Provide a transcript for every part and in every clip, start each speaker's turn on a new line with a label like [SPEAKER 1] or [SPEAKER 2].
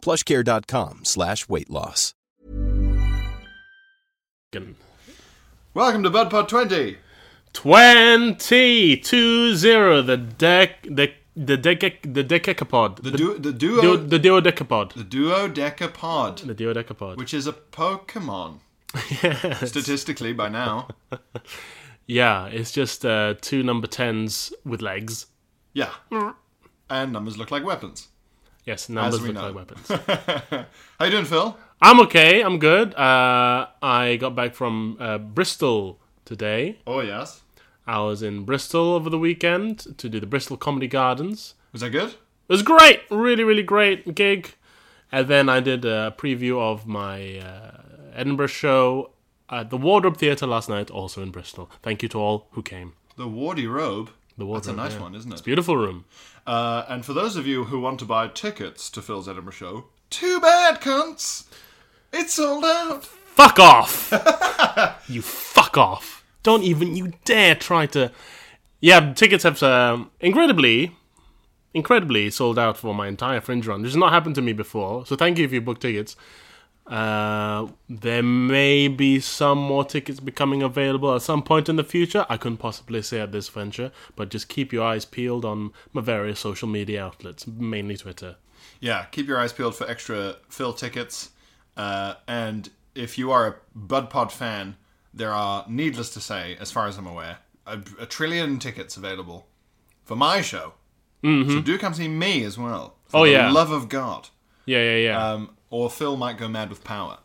[SPEAKER 1] Plushcare.com slash weight loss.
[SPEAKER 2] Welcome to BudPod 20.
[SPEAKER 3] 20 two zero the deck the the deca the decacapod
[SPEAKER 2] The, du- the duo
[SPEAKER 3] duo, the duodecapod
[SPEAKER 2] the duodecapod,
[SPEAKER 3] the duodecapod
[SPEAKER 2] which is a Pokemon. Statistically, by now,
[SPEAKER 3] yeah it's just uh, two number 10s with legs
[SPEAKER 2] yeah, and numbers look like weapons.
[SPEAKER 3] yes numbers
[SPEAKER 2] we
[SPEAKER 3] look
[SPEAKER 2] know.
[SPEAKER 3] like weapons
[SPEAKER 2] How you doing, Phil?
[SPEAKER 3] I'm okay I'm good uh, I got back from uh, Bristol today
[SPEAKER 2] Oh yes,
[SPEAKER 3] I was in Bristol over the weekend to do the Bristol Comedy Gardens
[SPEAKER 2] was that good?
[SPEAKER 3] It was great, really, really great gig. And then I did a preview of my uh, Edinburgh show at the Wardrobe Theatre last night, also in Bristol. Thank you to all who came.
[SPEAKER 2] The Wardy robe.
[SPEAKER 3] The
[SPEAKER 2] That's a
[SPEAKER 3] Wardrobe,
[SPEAKER 2] nice
[SPEAKER 3] yeah.
[SPEAKER 2] one, isn't
[SPEAKER 3] It's a
[SPEAKER 2] it?
[SPEAKER 3] beautiful room.
[SPEAKER 2] Uh, and for those of you who want to buy tickets to Phil's Edinburgh show, too bad, cunts. It's sold out.
[SPEAKER 3] Fuck off! you fuck off! Don't even you dare try to. Yeah, tickets have um, incredibly, incredibly sold out for my entire Fringe run. This has not happened to me before, so thank you if you book tickets. Uh, there may be some more tickets becoming available at some point in the future. I couldn't possibly say at this venture, but just keep your eyes peeled on my various social media outlets, mainly Twitter.
[SPEAKER 2] Yeah, keep your eyes peeled for extra Phil tickets. Uh, and if you are a BudPod fan, there are, needless to say, as far as I'm aware, a, a trillion tickets available for my show. So do come see me as well.
[SPEAKER 3] Mm-hmm.
[SPEAKER 2] For
[SPEAKER 3] Oh,
[SPEAKER 2] the
[SPEAKER 3] yeah.
[SPEAKER 2] love of God.
[SPEAKER 3] Yeah, yeah, yeah.
[SPEAKER 2] Um, or Phil might go mad with power.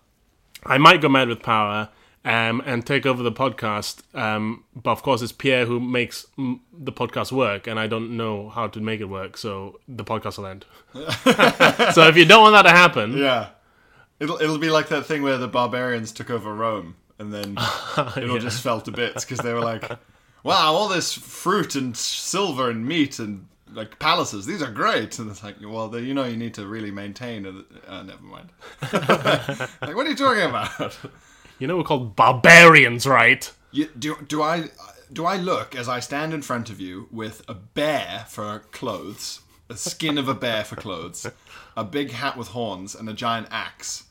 [SPEAKER 3] I might go mad with power um, and take over the podcast. Um, but of course, it's Pierre who makes mm, the podcast work, and I don't know how to make it work, so the podcast will end. so if you don't want that to happen,
[SPEAKER 2] Yeah. It'll it'll be like that thing where the barbarians took over Rome and then it all just fell to bits because they were like, "Wow, all this fruit and silver and meat and like palaces, these are great." And it's like, "Well, then, you know, you need to really maintain." it. Uh, never mind. like, what are you talking about?
[SPEAKER 3] you know we're called barbarians, right?
[SPEAKER 2] You, do do I do I look as I stand in front of you with a bear for clothes, a skin of a bear for clothes, a big hat with horns and a giant axe,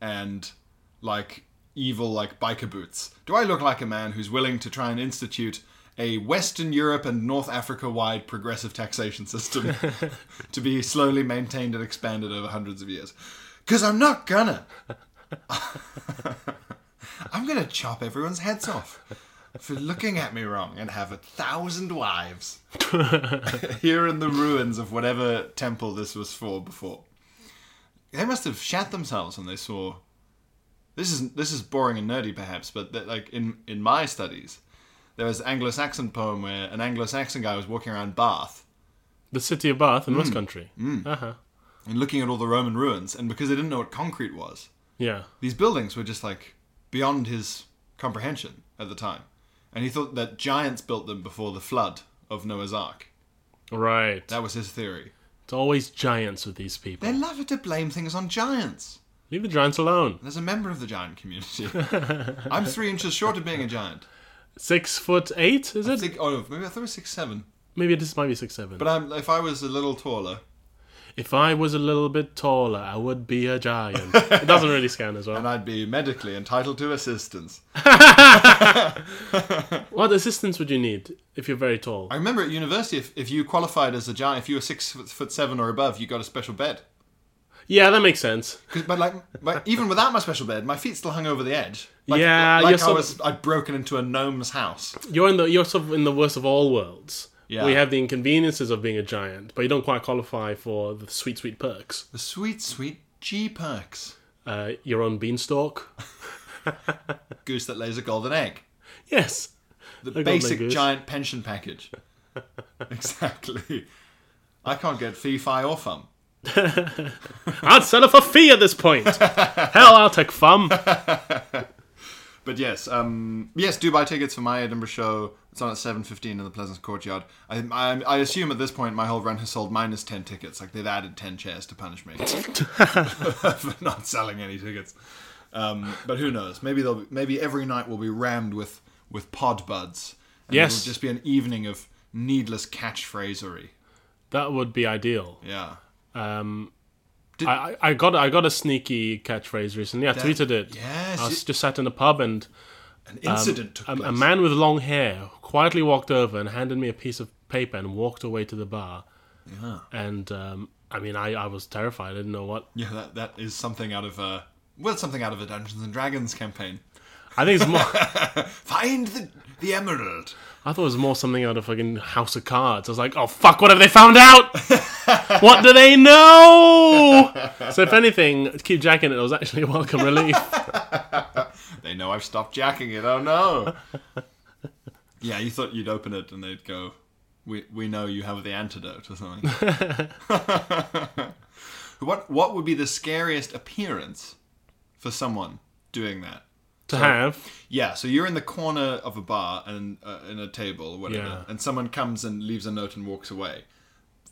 [SPEAKER 2] and like evil like biker boots? Do I look like a man who's willing to try and institute a Western Europe and North Africa wide progressive taxation system to be slowly maintained and expanded over hundreds of years? Because I'm not gonna. I'm gonna chop everyone's heads off for looking at me wrong and have a thousand wives here in the ruins of whatever temple this was for before. They must have shat themselves when they saw. This is this is boring and nerdy, perhaps, but that, like in in my studies, there was an Anglo-Saxon poem where an Anglo-Saxon guy was walking around Bath
[SPEAKER 3] The city of Bath in
[SPEAKER 2] Mm.
[SPEAKER 3] West Country. Uh-huh.
[SPEAKER 2] and looking at all the Roman ruins, and because they didn't know what concrete was,
[SPEAKER 3] Yeah.
[SPEAKER 2] these buildings were just like beyond his comprehension at the time. And he thought that giants built them before the flood of Noah's Ark.
[SPEAKER 3] Right.
[SPEAKER 2] That was his theory.
[SPEAKER 3] It's always giants with these people.
[SPEAKER 2] They love to blame things on giants.
[SPEAKER 3] Leave the giants alone.
[SPEAKER 2] There's a member of the giant community. I'm three inches short of being a giant.
[SPEAKER 3] Six foot eight, is
[SPEAKER 2] I
[SPEAKER 3] it?
[SPEAKER 2] think, oh, maybe I thought it was six seven.
[SPEAKER 3] Maybe this might be six seven.
[SPEAKER 2] But I'm, if I was a little taller,
[SPEAKER 3] if I was a little bit taller, I would be a giant. it doesn't really scan as well.
[SPEAKER 2] and I'd be medically entitled to assistance.
[SPEAKER 3] What assistance would you need if you're very tall?
[SPEAKER 2] I remember at university, if, if you qualified as a giant, if you were six foot- foot seven or above, you got a special bed.
[SPEAKER 3] Yeah, that makes sense.
[SPEAKER 2] 'Cause- but like, my, even without my special bed, my feet still hung over the edge. Like,
[SPEAKER 3] Yeah,
[SPEAKER 2] like
[SPEAKER 3] you're
[SPEAKER 2] I
[SPEAKER 3] sort
[SPEAKER 2] was, I'd broken into a gnome's house.
[SPEAKER 3] You're in the you're sort of in the worst of all worlds.
[SPEAKER 2] Yeah.
[SPEAKER 3] We have the inconveniences of being a giant, but you don't quite qualify for the sweet, sweet perks.
[SPEAKER 2] The sweet, sweet G perks.
[SPEAKER 3] Uh, your own beanstalk.
[SPEAKER 2] Goose that lays a golden egg.
[SPEAKER 3] Yes.
[SPEAKER 2] The
[SPEAKER 3] golden
[SPEAKER 2] basic
[SPEAKER 3] goose.
[SPEAKER 2] giant pension package. exactly. I can't get fee, fi, or fum.
[SPEAKER 3] I'd sell it for fee at this point. Hell, I'll take fun.
[SPEAKER 2] But yes, um, yes, do buy tickets for my Edinburgh show. It's on at seven fifteen in the Pleasance Courtyard. I, I, I assume at this point my whole run has sold minus ten tickets. Like they've added ten chairs to punish me for not selling any tickets. Um, but who knows? Maybe they'll be, maybe every night will be rammed with with pod buds. And
[SPEAKER 3] Yes.
[SPEAKER 2] it'll just be an evening of needless catchphrasery.
[SPEAKER 3] That would be ideal.
[SPEAKER 2] Yeah.
[SPEAKER 3] Um, I, I I got I got a sneaky catchphrase recently. I tweeted it.
[SPEAKER 2] yes,
[SPEAKER 3] I was
[SPEAKER 2] you-
[SPEAKER 3] just sat in a pub and
[SPEAKER 2] An incident took
[SPEAKER 3] a,
[SPEAKER 2] place.
[SPEAKER 3] a man with long hair quietly walked over and handed me a piece of paper and walked away to the bar.
[SPEAKER 2] Yeah.
[SPEAKER 3] And um, I mean, I, I was terrified. I didn't know what.
[SPEAKER 2] Yeah, that, that is something out of a well, something out of a Dungeons and Dragons campaign.
[SPEAKER 3] I think it's more.
[SPEAKER 2] Find the the emerald.
[SPEAKER 3] I thought it was more something out of fucking House of Cards. I was like, oh fuck, what have they found out? what do they know? So if anything, to keep jacking it. It was actually a welcome relief.
[SPEAKER 2] They know I've stopped jacking it. Oh no. yeah, you thought you'd open it and they'd go, "We we know you have the antidote" or something. what what would be the scariest appearance for someone doing that?
[SPEAKER 3] to have.
[SPEAKER 2] Yeah, so you're in the corner of a bar and uh, in a table, or whatever,
[SPEAKER 3] Yeah.
[SPEAKER 2] and someone comes and leaves a note and walks away.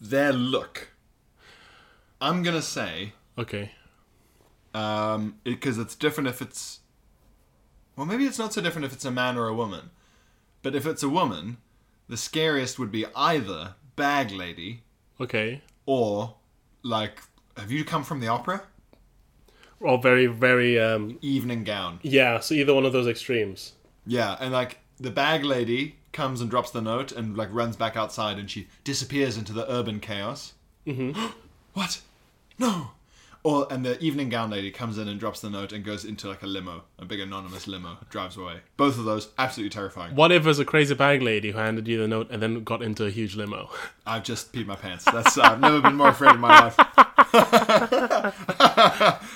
[SPEAKER 2] Their look. I'm gonna say
[SPEAKER 3] Okay.
[SPEAKER 2] um, because it's different if it's. Well, maybe it's not so different if it's a man or a woman, but if it's a woman, the scariest would be either bag lady
[SPEAKER 3] Okay.
[SPEAKER 2] or like, have you come from the opera?
[SPEAKER 3] Or very, very. Um,
[SPEAKER 2] Evening gown.
[SPEAKER 3] yeah. So either one of those extremes.
[SPEAKER 2] Yeah, and like the bag lady comes and drops the note and like runs back outside and she disappears into the urban chaos. Mm-hmm. what? No. Or and the evening gown lady comes in and drops the note and goes into like a limo, a big anonymous limo, drives away. Both of those absolutely terrifying.
[SPEAKER 3] What if it was a crazy bag lady who handed you the note and then got into a huge limo?
[SPEAKER 2] I've just peed my pants. That's I've never been more afraid in my life.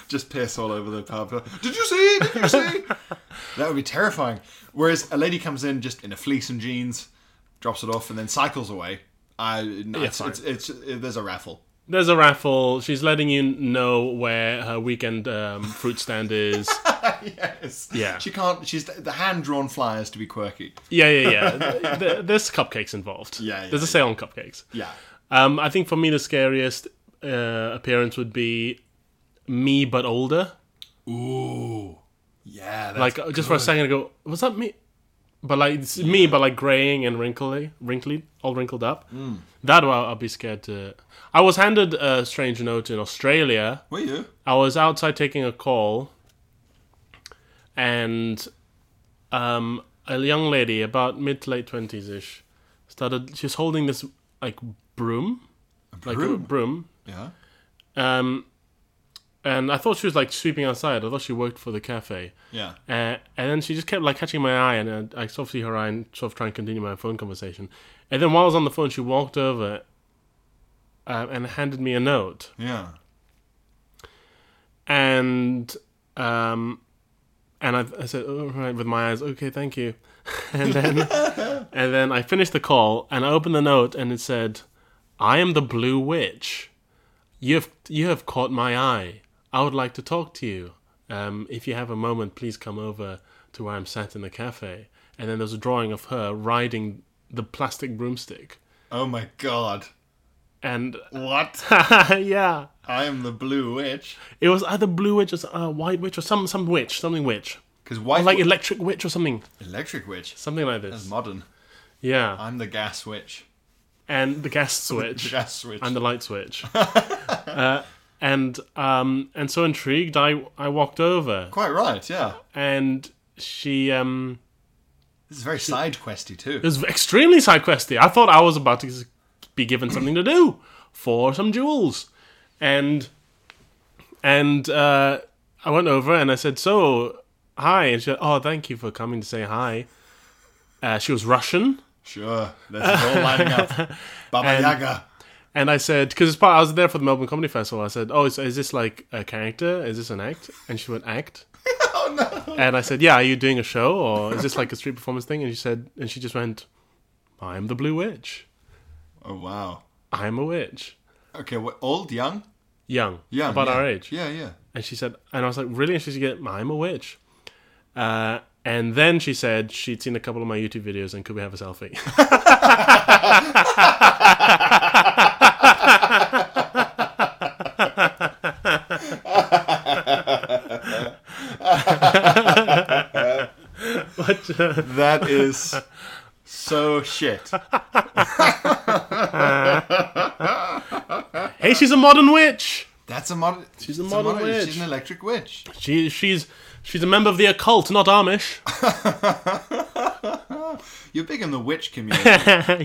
[SPEAKER 2] just piss all over the pub. Did you see? Did you see? That would be terrifying. Whereas a lady comes in just in a fleece and jeans, drops it off, and then cycles away. I no, it's,
[SPEAKER 3] fine.
[SPEAKER 2] it's, it's, it- there's a raffle.
[SPEAKER 3] There's a raffle. She's letting you know where her weekend um, fruit stand is.
[SPEAKER 2] Yes.
[SPEAKER 3] Yeah.
[SPEAKER 2] She can't. She's the hand drawn flyers to be quirky.
[SPEAKER 3] yeah, yeah, yeah. Th- th- There's cupcakes involved.
[SPEAKER 2] Yeah, yeah,
[SPEAKER 3] There's a sale on cupcakes.
[SPEAKER 2] Yeah.
[SPEAKER 3] Um, I think for me the scariest uh, appearance would be me but older.
[SPEAKER 2] Ooh. Yeah. That's
[SPEAKER 3] Like uh, just for a second ago, was that me? But like it's me, but like graying and wrinkly, wrinkly, all wrinkled up.
[SPEAKER 2] Mm.
[SPEAKER 3] That I'll, I'll be scared to. I was handed a strange note in Australia.
[SPEAKER 2] Were you?
[SPEAKER 3] I was outside taking a call, and um, a young lady, about mid to late twenties ish, started. She was holding this like broom, like a
[SPEAKER 2] broom?
[SPEAKER 3] broom,
[SPEAKER 2] Yeah.
[SPEAKER 3] um, and I thought she was like sweeping outside. I thought she worked for the cafe.
[SPEAKER 2] Yeah.
[SPEAKER 3] Uh, and then she just kept like catching my eye, and uh, I sort of see her eye and sort of try and continue my phone conversation. And then while I was on the phone, she walked over uh, and handed me a note.
[SPEAKER 2] Yeah.
[SPEAKER 3] And um, and I, I said, "All right," with my eyes, "Okay, thank you." And then and then I finished the call, and I opened the note, and it said, "I am the Blue Witch. You have you have caught my eye. I would like to talk to you. Um, if you have a moment, please come over to where I'm sat in the cafe." And then there's a drawing of her riding the plastic broomstick.
[SPEAKER 2] Oh my god.
[SPEAKER 3] And
[SPEAKER 2] What?
[SPEAKER 3] yeah,
[SPEAKER 2] I am the blue witch.
[SPEAKER 3] it was either Blue Witch or s- uh, White Witch or some some witch, something witch,
[SPEAKER 2] Because why?
[SPEAKER 3] like Electric Witch or something,
[SPEAKER 2] Electric witch.
[SPEAKER 3] something like
[SPEAKER 2] That's
[SPEAKER 3] this.
[SPEAKER 2] modern.
[SPEAKER 3] Yeah,
[SPEAKER 2] I'm the gas witch.
[SPEAKER 3] and the gas switch.
[SPEAKER 2] Gas switch.
[SPEAKER 3] and the light switch. uh, and um, and so intrigued, I I walked over,
[SPEAKER 2] Quite right, yeah.
[SPEAKER 3] and she um,
[SPEAKER 2] This is very side questy
[SPEAKER 3] it
[SPEAKER 2] too.
[SPEAKER 3] was extremely side questy. I thought I was about to be given something to do for some jewels, and and uh, I went over and I said, "So, hi," and she said, "Oh, thank you for coming to say hi." Uh, she was Russian.
[SPEAKER 2] Sure, this is all lining up. Baba Yaga.
[SPEAKER 3] And I said, because part I was there for the Melbourne Comedy Festival. I said, "Oh, is, is this like a character? Is this an act?" And she went, "Act." oh no! And I said, "Yeah, are you doing a show or is this like a street performance thing?" And she said, and she just went, "I am the Blue Witch.
[SPEAKER 2] Oh wow.
[SPEAKER 3] I am a witch."
[SPEAKER 2] Okay, what, old, young?
[SPEAKER 3] young,
[SPEAKER 2] Yeah,
[SPEAKER 3] about
[SPEAKER 2] yeah.
[SPEAKER 3] our age.
[SPEAKER 2] Yeah, yeah.
[SPEAKER 3] And she said, and I was like, really? And she said, yeah, I'm a witch. Uh, and then she said she'd seen a couple of my YouTube videos and could we have a selfie? but, uh,
[SPEAKER 2] That is so shit.
[SPEAKER 3] hey, she's a modern witch.
[SPEAKER 2] That's a modern. She's
[SPEAKER 3] a modern witch.
[SPEAKER 2] She's an electric witch.
[SPEAKER 3] She, she's she's a member of the occult, not Amish.
[SPEAKER 2] You're big in the witch community.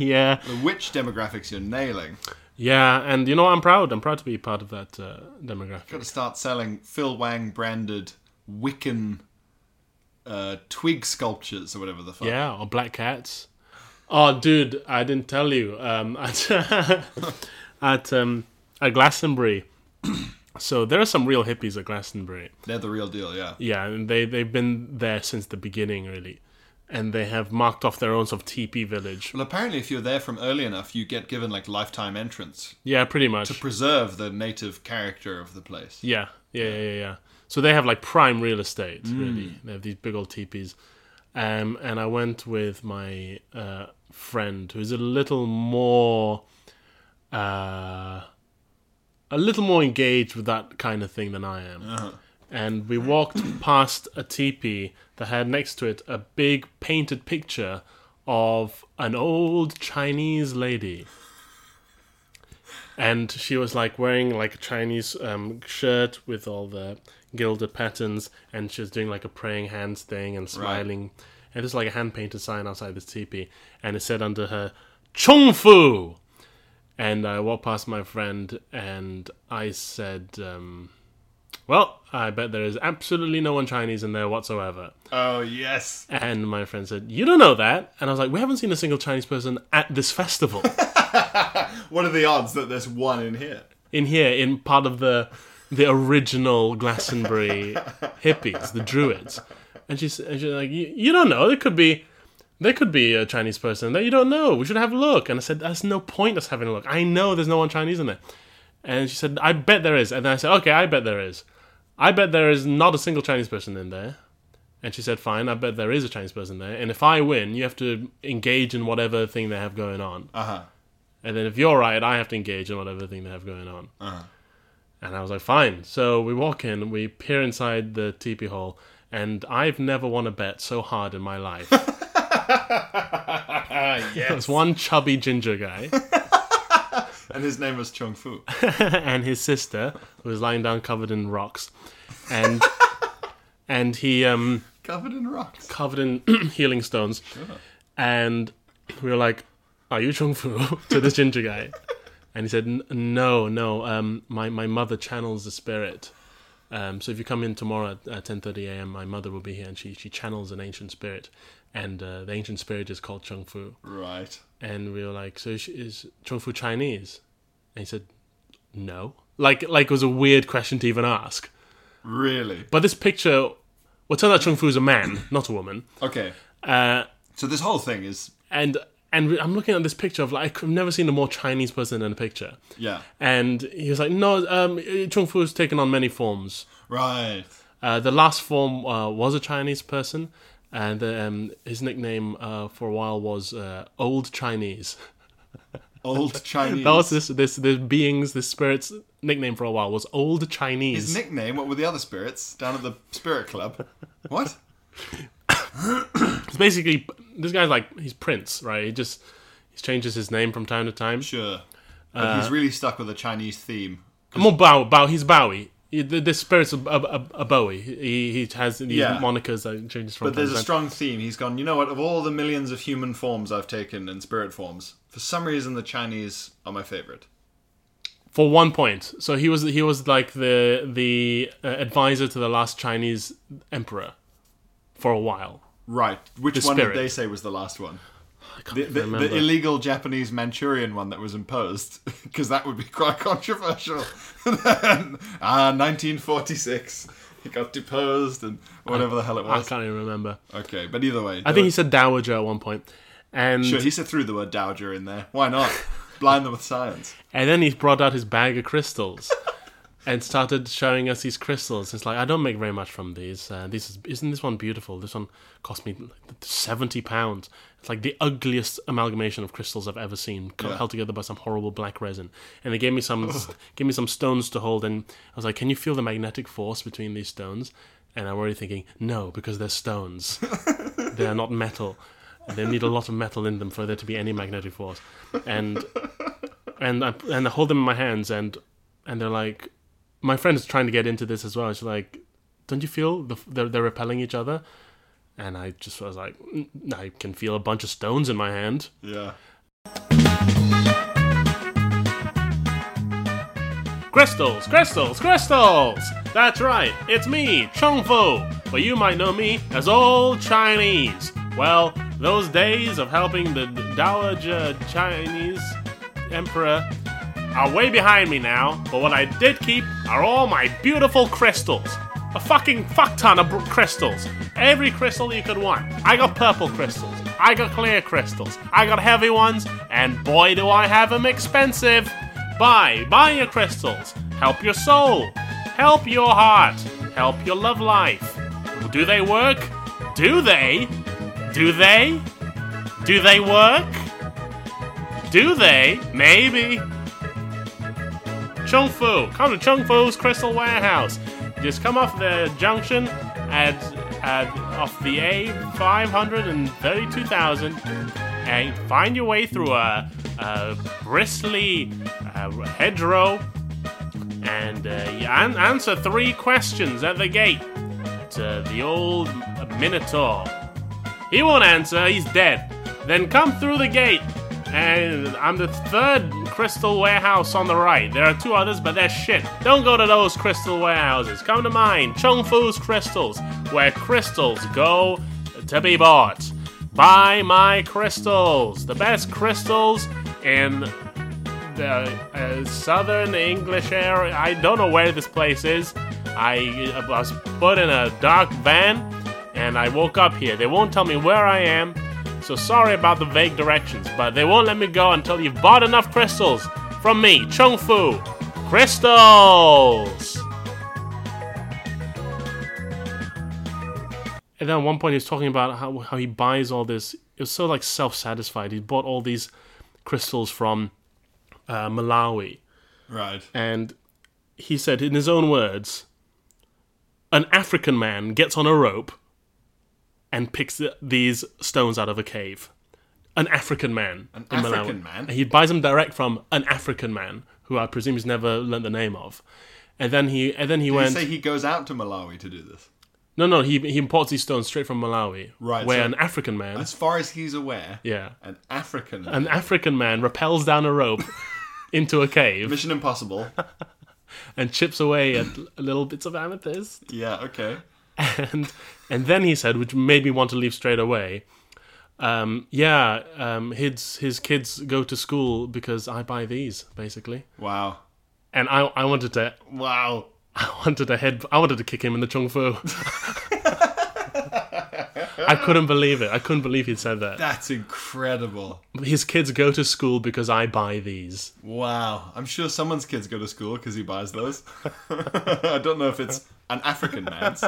[SPEAKER 3] yeah,
[SPEAKER 2] the witch demographics you're nailing.
[SPEAKER 3] yeah, and you know I'm proud. I'm proud to be part of that uh, demographic.
[SPEAKER 2] Got to start selling Phil Wang branded Wiccan uh, twig sculptures or whatever the fuck.
[SPEAKER 3] Yeah, or black cats. Oh, dude, I didn't tell you. Um, at at, um, at Glastonbury. so there are some real hippies at Glastonbury.
[SPEAKER 2] They're the real deal, yeah.
[SPEAKER 3] Yeah, and they they've been there since the beginning, really, and they have marked off their own sort of teepee village.
[SPEAKER 2] Well, apparently, if you're there from early enough, you get given like lifetime entrance.
[SPEAKER 3] Yeah, pretty much.
[SPEAKER 2] Preserve the native character of the place.
[SPEAKER 3] Yeah, yeah, yeah, yeah. yeah. So they have like prime real estate, really. They have these big old teepees. Um, and I went with my uh, friend who's a little more, uh, a little more engaged with that kind of thing than I am. And we walked past a teepee that had next to it a big painted picture of an old Chinese lady and she was like wearing like a Chinese um, shirt with all the gilded patterns, and she was doing like a praying hands thing and smiling. And there's like a hand painted sign outside this teepee, and it said under her "Chung Fu," and I walked past my friend, and I said, um, "Well, I bet there is absolutely no one Chinese in there whatsoever."
[SPEAKER 2] Oh, yes.
[SPEAKER 3] And my friend said, "You don't know that," and I was like, "We haven't seen a single Chinese person at this festival."
[SPEAKER 2] What are the odds that there's one in here?
[SPEAKER 3] in here in part of the the original Glastonbury hippies, the Druids. And she's, and she's like, you, you don't know. There could be, there could be a Chinese person that you don't know. We should have a look. And I said, there's no point us having a look. I know there's no one Chinese in there. And she said, I bet there is. And then I said, okay, I bet there is. I bet there is not a single Chinese person in there. And she said, fine, I bet there is a Chinese person there. And if I win, you have to engage in whatever thing they have going on.
[SPEAKER 2] Uh huh.
[SPEAKER 3] And then if you're right, I have to engage in whatever thing they have going on. And I was like, fine. So we walk in, we peer inside the teepee hall, and I've never won a bet so hard in my life.
[SPEAKER 2] yes.
[SPEAKER 3] There's one chubby ginger guy
[SPEAKER 2] And his name was Chung Fu.
[SPEAKER 3] and his sister who was lying down covered in rocks, and and he um
[SPEAKER 2] Covered in rocks.
[SPEAKER 3] covered in healing stones, and we were like, "Are you Chung Fu?" to this ginger guy, and he said, "N- "No, no. Um, my my mother channels the spirit. Um, so if you come in tomorrow at ten thirty a.m., my mother will be here, and she she channels an ancient spirit, and uh, the ancient spirit is called Chung Fu."
[SPEAKER 2] Right.
[SPEAKER 3] And we were like, "So she, is Chung Fu Chinese?" And he said, "No." Like like it was a weird question to even ask.
[SPEAKER 2] Really?
[SPEAKER 3] But this picture, well, it turned out Chung Fu is a man, not a woman.
[SPEAKER 2] Okay.
[SPEAKER 3] Uh,
[SPEAKER 2] So this whole thing is.
[SPEAKER 3] and and I'm looking at this picture of like I've never seen a more Chinese person in a picture.
[SPEAKER 2] Yeah.
[SPEAKER 3] And he was like, no, um, Chung Fu has taken on many forms.
[SPEAKER 2] Right.
[SPEAKER 3] Uh, the last form uh, was a Chinese person, and um, his nickname uh, for a while was uh, Old Chinese.
[SPEAKER 2] Old Chinese.
[SPEAKER 3] That was this this this being's this spirit's nickname for a while was Old Chinese.
[SPEAKER 2] His nickname, what were the other spirits down at the spirit club? What?
[SPEAKER 3] it's basically this guy's like he's Prince, right? He just he changes his name from time to time.
[SPEAKER 2] Sure. But he's really stuck with a Chinese theme.
[SPEAKER 3] More Bow, Bow. He's Bowie. He- The, the spirit's a, a, a, a Bowie. He he has these
[SPEAKER 2] Yeah.
[SPEAKER 3] monikers that changes from.
[SPEAKER 2] But there's
[SPEAKER 3] time
[SPEAKER 2] a
[SPEAKER 3] to
[SPEAKER 2] strong theme. He's gone, you know what, of all the millions of human forms I've taken and spirit forms, for some reason the Chinese are my favorite.
[SPEAKER 3] time. for one point. So he was he was like the the uh, advisor to the last Chinese emperor for a while.
[SPEAKER 2] Right. Which
[SPEAKER 3] The
[SPEAKER 2] one
[SPEAKER 3] spirit.
[SPEAKER 2] did they say was the last one?
[SPEAKER 3] I can't
[SPEAKER 2] The,
[SPEAKER 3] even
[SPEAKER 2] the,
[SPEAKER 3] remember.
[SPEAKER 2] the illegal Japanese Manchurian one that was imposed, because that would be quite controversial. ah, 1946. He got deposed and whatever the hell it
[SPEAKER 3] I
[SPEAKER 2] was.
[SPEAKER 3] can't even remember.
[SPEAKER 2] Okay, but either way.
[SPEAKER 3] I think he said dowager at one point, and
[SPEAKER 2] Sure, he said threw the word dowager in there. Why not? Blind them with science.
[SPEAKER 3] and then he brought out his bag of crystals, and started showing us these crystals. It's like I don't make very much from these. Uh, this is, isn't this one beautiful? This one cost me like seventy pounds. It's like the ugliest amalgamation of crystals I've ever seen, co-
[SPEAKER 2] Yeah.
[SPEAKER 3] held together by some horrible black resin. And they gave me some gave me some stones to hold, and I was like, "Can you feel the magnetic force between these stones?" And I'm already thinking, "No, because they're stones. they are not metal. And They need a lot of metal in them for there to be any magnetic force." And and I and I hold them in my hands and and they're like, my friend is trying to get into this as well. She's like, don't you feel the, they're they're repelling each other? And I just was like, "Mm, I can feel a bunch of stones in my hand.
[SPEAKER 2] Yeah.
[SPEAKER 3] Crystals, crystals, crystals! That's right, it's me, Chongfu, but you might know me as Old Chinese. Well, those days of helping the Dowager Chinese Emperor are way behind me now, but what I did keep are all my beautiful crystals. A fucking fuck ton of br- crystals. Every crystal you could want. I got purple crystals. I got clear crystals. I got heavy ones, and boy do I have them expensive. Buy, buy your crystals. Help your soul. Help your heart. Help your love life. Do they work? Do they? Do they? Do they work? Do they? Maybe. Chung Fu. Come to Chung Fu's Crystal Warehouse. Just come off the junction at, at off the A532000 and find your way through a, a bristly uh, hedgerow and uh, you an- answer three questions at the gate to the old Minotaur. He won't answer, he's dead. Then come through the gate. And I'm the third crystal warehouse on the right. There are two others, but they're shit. Don't go to those crystal warehouses. Come to mine, Chung Fu's Crystals, where crystals go to be bought. Buy my crystals, the best crystals in the uh, southern English area. I don't know where this place is. I uh, was put in a dark van and I woke up here. They won't tell me where I am, so sorry about the vague directions, but they won't let me go until you've bought enough crystals from me, Chung Fu. Crystals! And then at one point he was talking about how, how he buys all this. It was so like self-satisfied. He bought all these crystals from uh, Malawi,
[SPEAKER 2] Right.
[SPEAKER 3] and he said, in his own words, an African man gets on a rope and picks th- these stones out of a cave. An African man.
[SPEAKER 2] An
[SPEAKER 3] in Malawi.
[SPEAKER 2] African man?
[SPEAKER 3] He buys them direct from an African man, who I presume he's never learnt the name of. And then he, and then he
[SPEAKER 2] You
[SPEAKER 3] went.
[SPEAKER 2] say he goes out to Malawi to do this.
[SPEAKER 3] no, no, he, he imports these stones straight from Malawi,
[SPEAKER 2] Right,
[SPEAKER 3] where
[SPEAKER 2] so-
[SPEAKER 3] an African man,
[SPEAKER 2] As far as he's aware,
[SPEAKER 3] yeah,
[SPEAKER 2] an African.
[SPEAKER 3] an African man rappels down a rope into a cave
[SPEAKER 2] Mission Impossible.
[SPEAKER 3] and chips away at l- little bits of amethyst.
[SPEAKER 2] yeah, okay.
[SPEAKER 3] and and then he said, which made me want to leave straight away. Um, yeah, um, his his kids go to school because I buy these basically,
[SPEAKER 2] Wow.
[SPEAKER 3] and I I wanted to
[SPEAKER 2] Wow.
[SPEAKER 3] I wanted to head I wanted to kick him in the chung fu. I couldn't believe it. I couldn't believe he'd said that.
[SPEAKER 2] That's incredible.
[SPEAKER 3] His kids go to school because I buy these.
[SPEAKER 2] Wow. I'm sure someone's kids go to school because he buys those. I don't know if it's an African man's.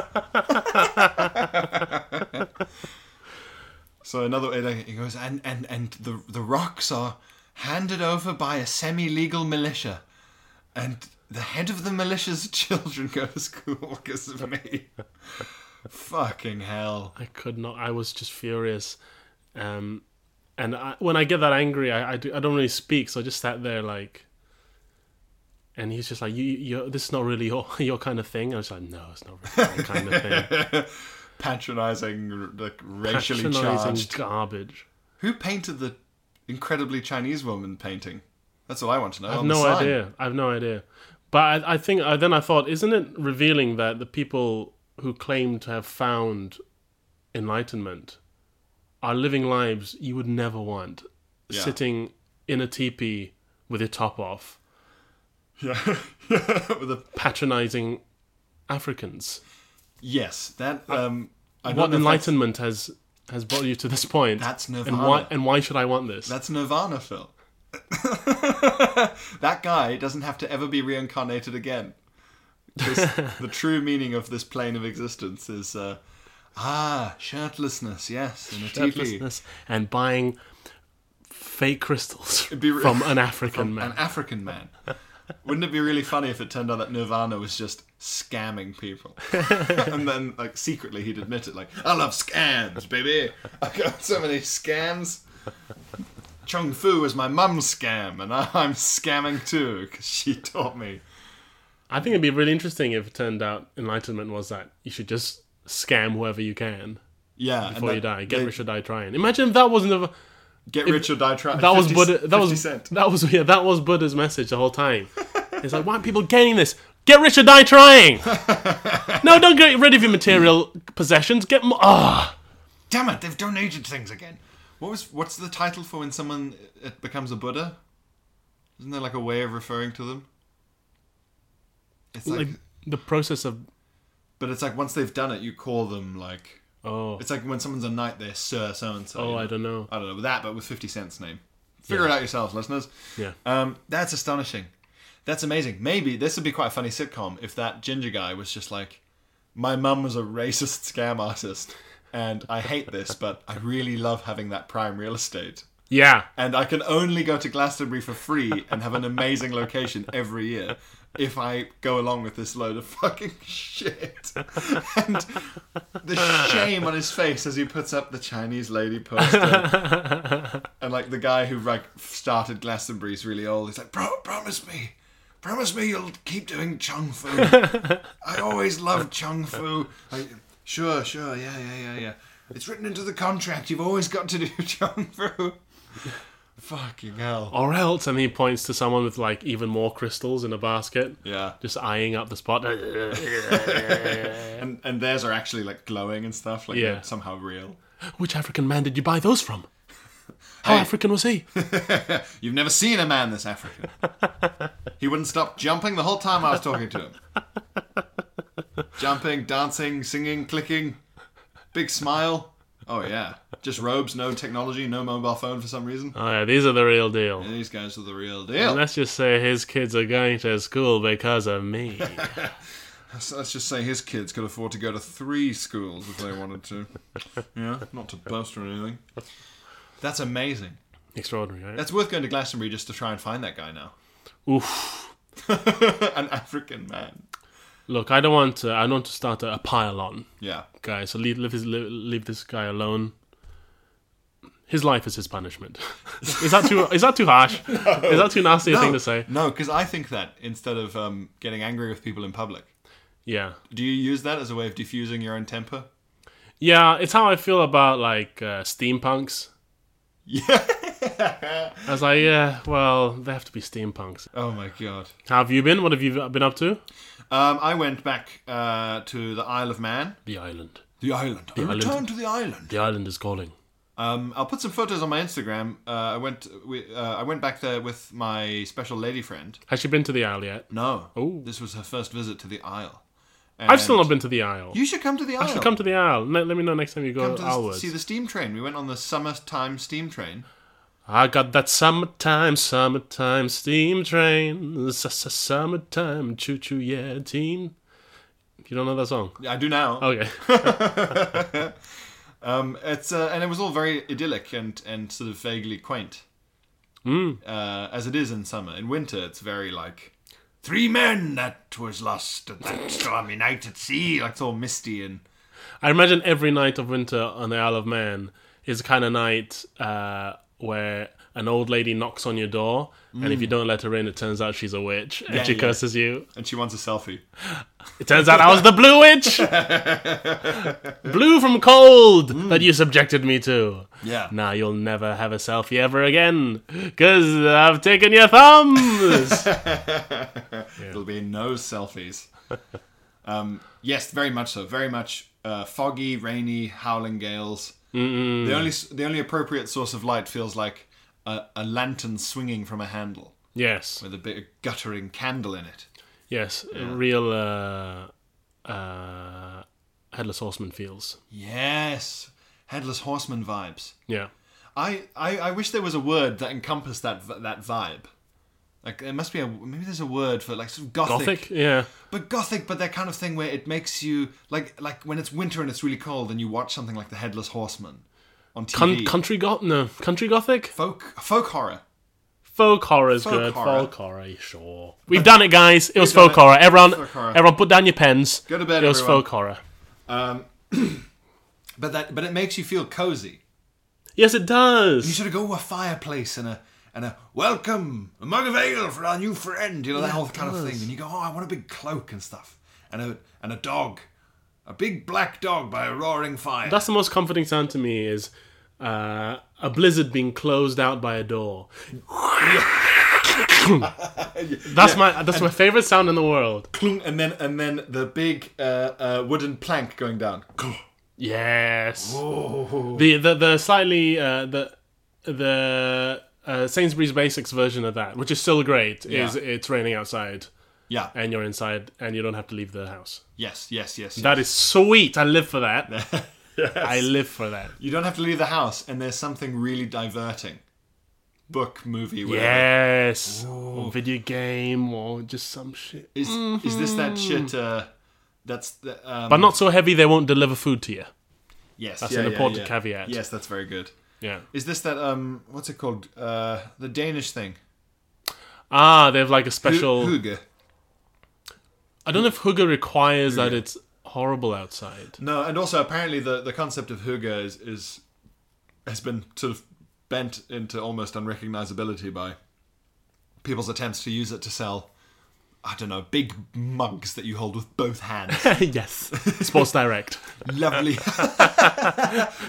[SPEAKER 2] so another way he goes, and and and the the rocks are handed over by a semi-legal militia, and the head of the militia's children go to school because of me. Fucking hell.
[SPEAKER 3] I could not. I was just furious, um, and I, when I get that angry, I I, do, I don't really speak. So I just sat there like, and he's just like, "You, you, this is not really your your kind of thing." I was like, "No, it's not really my kind of thing."
[SPEAKER 2] Patronizing, like racially
[SPEAKER 3] Patronizing
[SPEAKER 2] charged.
[SPEAKER 3] garbage.
[SPEAKER 2] Who painted the incredibly Chinese woman painting? That's all I want to know.
[SPEAKER 3] I have
[SPEAKER 2] on the
[SPEAKER 3] no
[SPEAKER 2] sign.
[SPEAKER 3] idea. I have no idea. But I, I think I, then I thought, isn't it revealing that the people who claim to have found enlightenment are living lives you would never want,
[SPEAKER 2] Yeah.
[SPEAKER 3] sitting in a teepee with your top off,
[SPEAKER 2] Yeah. With a-
[SPEAKER 3] patronizing Africans.
[SPEAKER 2] yes, that. Um, I
[SPEAKER 3] What
[SPEAKER 2] don't know if that's-
[SPEAKER 3] enlightenment has has brought you to this point?
[SPEAKER 2] That's
[SPEAKER 3] and
[SPEAKER 2] Nirvana.
[SPEAKER 3] why and why should I want this?
[SPEAKER 2] That's Nirvana, Phil. that guy doesn't have to ever be reincarnated again. This, the true meaning of this plane of existence is uh, ah shirtlessness. Yes, in a teepee.
[SPEAKER 3] Shirtlessness and buying fake crystals
[SPEAKER 2] be re-
[SPEAKER 3] from an African man.
[SPEAKER 2] An African man. Wouldn't it be really funny if it turned out that Nirvana was just scamming people? and then, like, secretly he'd admit it, like, I love scams, baby. I got so many scams. Chung Fu is my mum's scam, and I- I'm scamming too, because she taught me.
[SPEAKER 3] I think it'd be really interesting if it turned out enlightenment was that you should just scam whoever you can
[SPEAKER 2] Yeah. and
[SPEAKER 3] before
[SPEAKER 2] that-
[SPEAKER 3] you die. Get
[SPEAKER 2] they-
[SPEAKER 3] rich or die trying. Imagine if that wasn't a,
[SPEAKER 2] Get rich or die trying.
[SPEAKER 3] that was Buddha. That was
[SPEAKER 2] Cent.
[SPEAKER 3] that was yeah. That was Buddha's message the whole time. It's like why aren't people getting this? Get rich or die trying. no, don't get rid of your material possessions. Get more. Ah,
[SPEAKER 2] Damn it, they've donated things again. What was what's the title for when someone uh, becomes a Buddha? Isn't there like a way of referring to them? It's like,
[SPEAKER 3] like the process of
[SPEAKER 2] but it's like once they've done it, you call them like
[SPEAKER 3] oh
[SPEAKER 2] it's like when someone's a knight, they're Sir So and So.
[SPEAKER 3] oh I don't know.
[SPEAKER 2] I don't know with that, but with Fifty Cent's name. Figure it out yourselves, listeners.
[SPEAKER 3] Yeah.
[SPEAKER 2] Um, that's astonishing. That's amazing. Maybe this would be quite a funny sitcom if that ginger guy was just like, my mum was a racist scam artist, and I hate this, but I really love having that prime real estate.
[SPEAKER 3] Yeah.
[SPEAKER 2] And I can only go to Glastonbury for free and have an amazing location every year if I go along with this load of fucking shit. And the shame on his face as he puts up the Chinese lady poster. and like the guy who like started Glastonbury's really old. He's like, Pro- promise me. Promise me you'll keep doing Chung Fu. I always loved Chung Fu. I, sure, sure, yeah, yeah, yeah, yeah. It's written into the contract. You've always got to do Chung Fu. Fucking hell.
[SPEAKER 3] Or else, and he points to someone with like even more crystals in a basket.
[SPEAKER 2] Yeah.
[SPEAKER 3] Just eyeing up the spot.
[SPEAKER 2] And and theirs are actually like glowing and stuff, like
[SPEAKER 3] Yeah.
[SPEAKER 2] they're somehow real.
[SPEAKER 3] Which African man did you buy those from? How
[SPEAKER 2] Hey.
[SPEAKER 3] African was he?
[SPEAKER 2] You've never seen a man this African. he wouldn't stop jumping the whole time I was talking to him. jumping, dancing, singing, clicking, big smile. Oh yeah. Just robes, no technology, no mobile phone for some reason.
[SPEAKER 3] Oh, yeah, these are the real deal.
[SPEAKER 2] And these guys are the real deal.
[SPEAKER 3] Let's just say his kids are going to school because of me.
[SPEAKER 2] So let's just say his kids could afford to go to three schools if they wanted to. Yeah, not to boast or anything. That's amazing.
[SPEAKER 3] Extraordinary, right?
[SPEAKER 2] That's worth going to Glastonbury just to try and find that guy now.
[SPEAKER 3] Oof.
[SPEAKER 2] An African man.
[SPEAKER 3] Look, I don't want to. I don't want to start a, a pile on,
[SPEAKER 2] Yeah.
[SPEAKER 3] guys. So leave, leave, his, leave, leave this guy alone. His life is his punishment. is that too? Is that too harsh? Is that too nasty a thing to say?
[SPEAKER 2] No, because I think that instead of um, getting angry with people in public,
[SPEAKER 3] Yeah.
[SPEAKER 2] do you use that as a way of diffusing your own temper?
[SPEAKER 3] Yeah, it's how I feel about like uh, steampunks.
[SPEAKER 2] Yeah.
[SPEAKER 3] I was like, yeah, well, they have to be steampunks.
[SPEAKER 2] oh my god.
[SPEAKER 3] How have you been? What have you been up to?
[SPEAKER 2] Um, I went back uh, to the Isle of Man.
[SPEAKER 3] The island.
[SPEAKER 2] The island. I
[SPEAKER 3] island.
[SPEAKER 2] returned to the island.
[SPEAKER 3] The island is calling.
[SPEAKER 2] Um, I'll put some photos on my Instagram. Uh, I went. We, uh, I went back there with my special lady friend.
[SPEAKER 3] Has she been to the Isle yet?
[SPEAKER 2] No.
[SPEAKER 3] Oh.
[SPEAKER 2] This was her first visit to the Isle.
[SPEAKER 3] I've still not been to the Isle.
[SPEAKER 2] You should come to the Isle.
[SPEAKER 3] I should come to the Isle. Let, let me know next time you go
[SPEAKER 2] Come to the-
[SPEAKER 3] outwards.
[SPEAKER 2] see the steam train. We went on the summertime steam train.
[SPEAKER 3] I got that summertime, summertime steam train. Summertime, choo choo, yeah, team. You don't know that song?
[SPEAKER 2] I do now.
[SPEAKER 3] Okay.
[SPEAKER 2] Um, it's uh, and it was all very idyllic and and sort of vaguely quaint, uh, as it is in summer. In winter, it's very like three men that was lost at that stormy night at sea. Like it's all misty and
[SPEAKER 3] I imagine every night of winter on the Isle of Man is the kind of night uh, where an old lady knocks on your door, and if you don't let her in, it turns out she's a witch, and she
[SPEAKER 2] Mm. yeah.
[SPEAKER 3] curses you.
[SPEAKER 2] and she wants a selfie.
[SPEAKER 3] It turns out I was the blue witch, blue from cold that you subjected me to.
[SPEAKER 2] Mm. Yeah.
[SPEAKER 3] Now you'll never have a selfie ever again, cause I've taken your thumbs.
[SPEAKER 2] It'll be no selfies. um, yes, very much so. Very much uh, foggy, rainy, howling gales. The only the only appropriate source of light feels like a, a lantern swinging from a handle
[SPEAKER 3] yes,
[SPEAKER 2] with a bit of guttering candle in it.
[SPEAKER 3] yes, real uh, uh, headless horseman feels.
[SPEAKER 2] Yes, headless horseman vibes.
[SPEAKER 3] Yeah.
[SPEAKER 2] I, I, I wish there was a word that encompassed that that vibe. Like there must be a maybe there's a word for like sort of gothic,
[SPEAKER 3] Gothic? Yeah.
[SPEAKER 2] but gothic, but that kind of thing where it makes you like like when it's winter and it's really cold and you watch something like The Headless Horseman on TV.
[SPEAKER 3] Con- country goth? No. Country gothic?
[SPEAKER 2] folk folk horror.
[SPEAKER 3] Folk horror is
[SPEAKER 2] Folk
[SPEAKER 3] good.
[SPEAKER 2] horror.
[SPEAKER 3] Folk horror, sure. We've done it, guys. It was folk horror. Everyone,
[SPEAKER 2] Folk horror.
[SPEAKER 3] everyone, put down your pens.
[SPEAKER 2] Go to bed,
[SPEAKER 3] It was
[SPEAKER 2] everyone.
[SPEAKER 3] folk horror.
[SPEAKER 2] But that but it makes you feel cozy.
[SPEAKER 3] Yes, it
[SPEAKER 2] You
[SPEAKER 3] does.
[SPEAKER 2] sort of go to a fireplace and a and a welcome, a mug of ale for our new friend. You know that whole kind of thing. And you go, oh, I want a big cloak and stuff, and a and a dog, a big black dog by a roaring fire.
[SPEAKER 3] That's the most comforting sound to me is uh, a blizzard being closed out by a door. that's my that's my favorite sound in the world.
[SPEAKER 2] Clunk, and then and then the big uh, uh, wooden plank going down.
[SPEAKER 3] Yes. The the the slightly uh, the the uh, Sainsbury's Basics version of that, which is still great, is
[SPEAKER 2] Yeah.
[SPEAKER 3] it's raining outside
[SPEAKER 2] Yeah.
[SPEAKER 3] and you're inside and you don't have to leave the house.
[SPEAKER 2] Yes. Yes. Yes. yes.
[SPEAKER 3] That is sweet. I live for that. I live for that.
[SPEAKER 2] you don't have to leave the house, and there's something really diverting. Book, movie, whatever.
[SPEAKER 3] Yes. Or video game or just some shit.
[SPEAKER 2] Is is this that shit? Uh, that's the. Um,
[SPEAKER 3] But not so heavy they won't deliver food to you.
[SPEAKER 2] yes,
[SPEAKER 3] that's
[SPEAKER 2] yeah,
[SPEAKER 3] an
[SPEAKER 2] yeah,
[SPEAKER 3] important
[SPEAKER 2] yeah.
[SPEAKER 3] caveat.
[SPEAKER 2] Yes, that's very good.
[SPEAKER 3] Yeah.
[SPEAKER 2] Is this that um? What's it called? Uh, the Danish thing.
[SPEAKER 3] Ah, they have like a special.
[SPEAKER 2] Hygge.
[SPEAKER 3] I don't know if hygge requires that it's horrible outside.
[SPEAKER 2] No, and also apparently the the concept of hygge is is has been sort of bent into almost unrecognizability by people's attempts to use it to sell. I don't know, big mugs that you hold with both hands.
[SPEAKER 3] yes. Sports Direct.
[SPEAKER 2] lovely,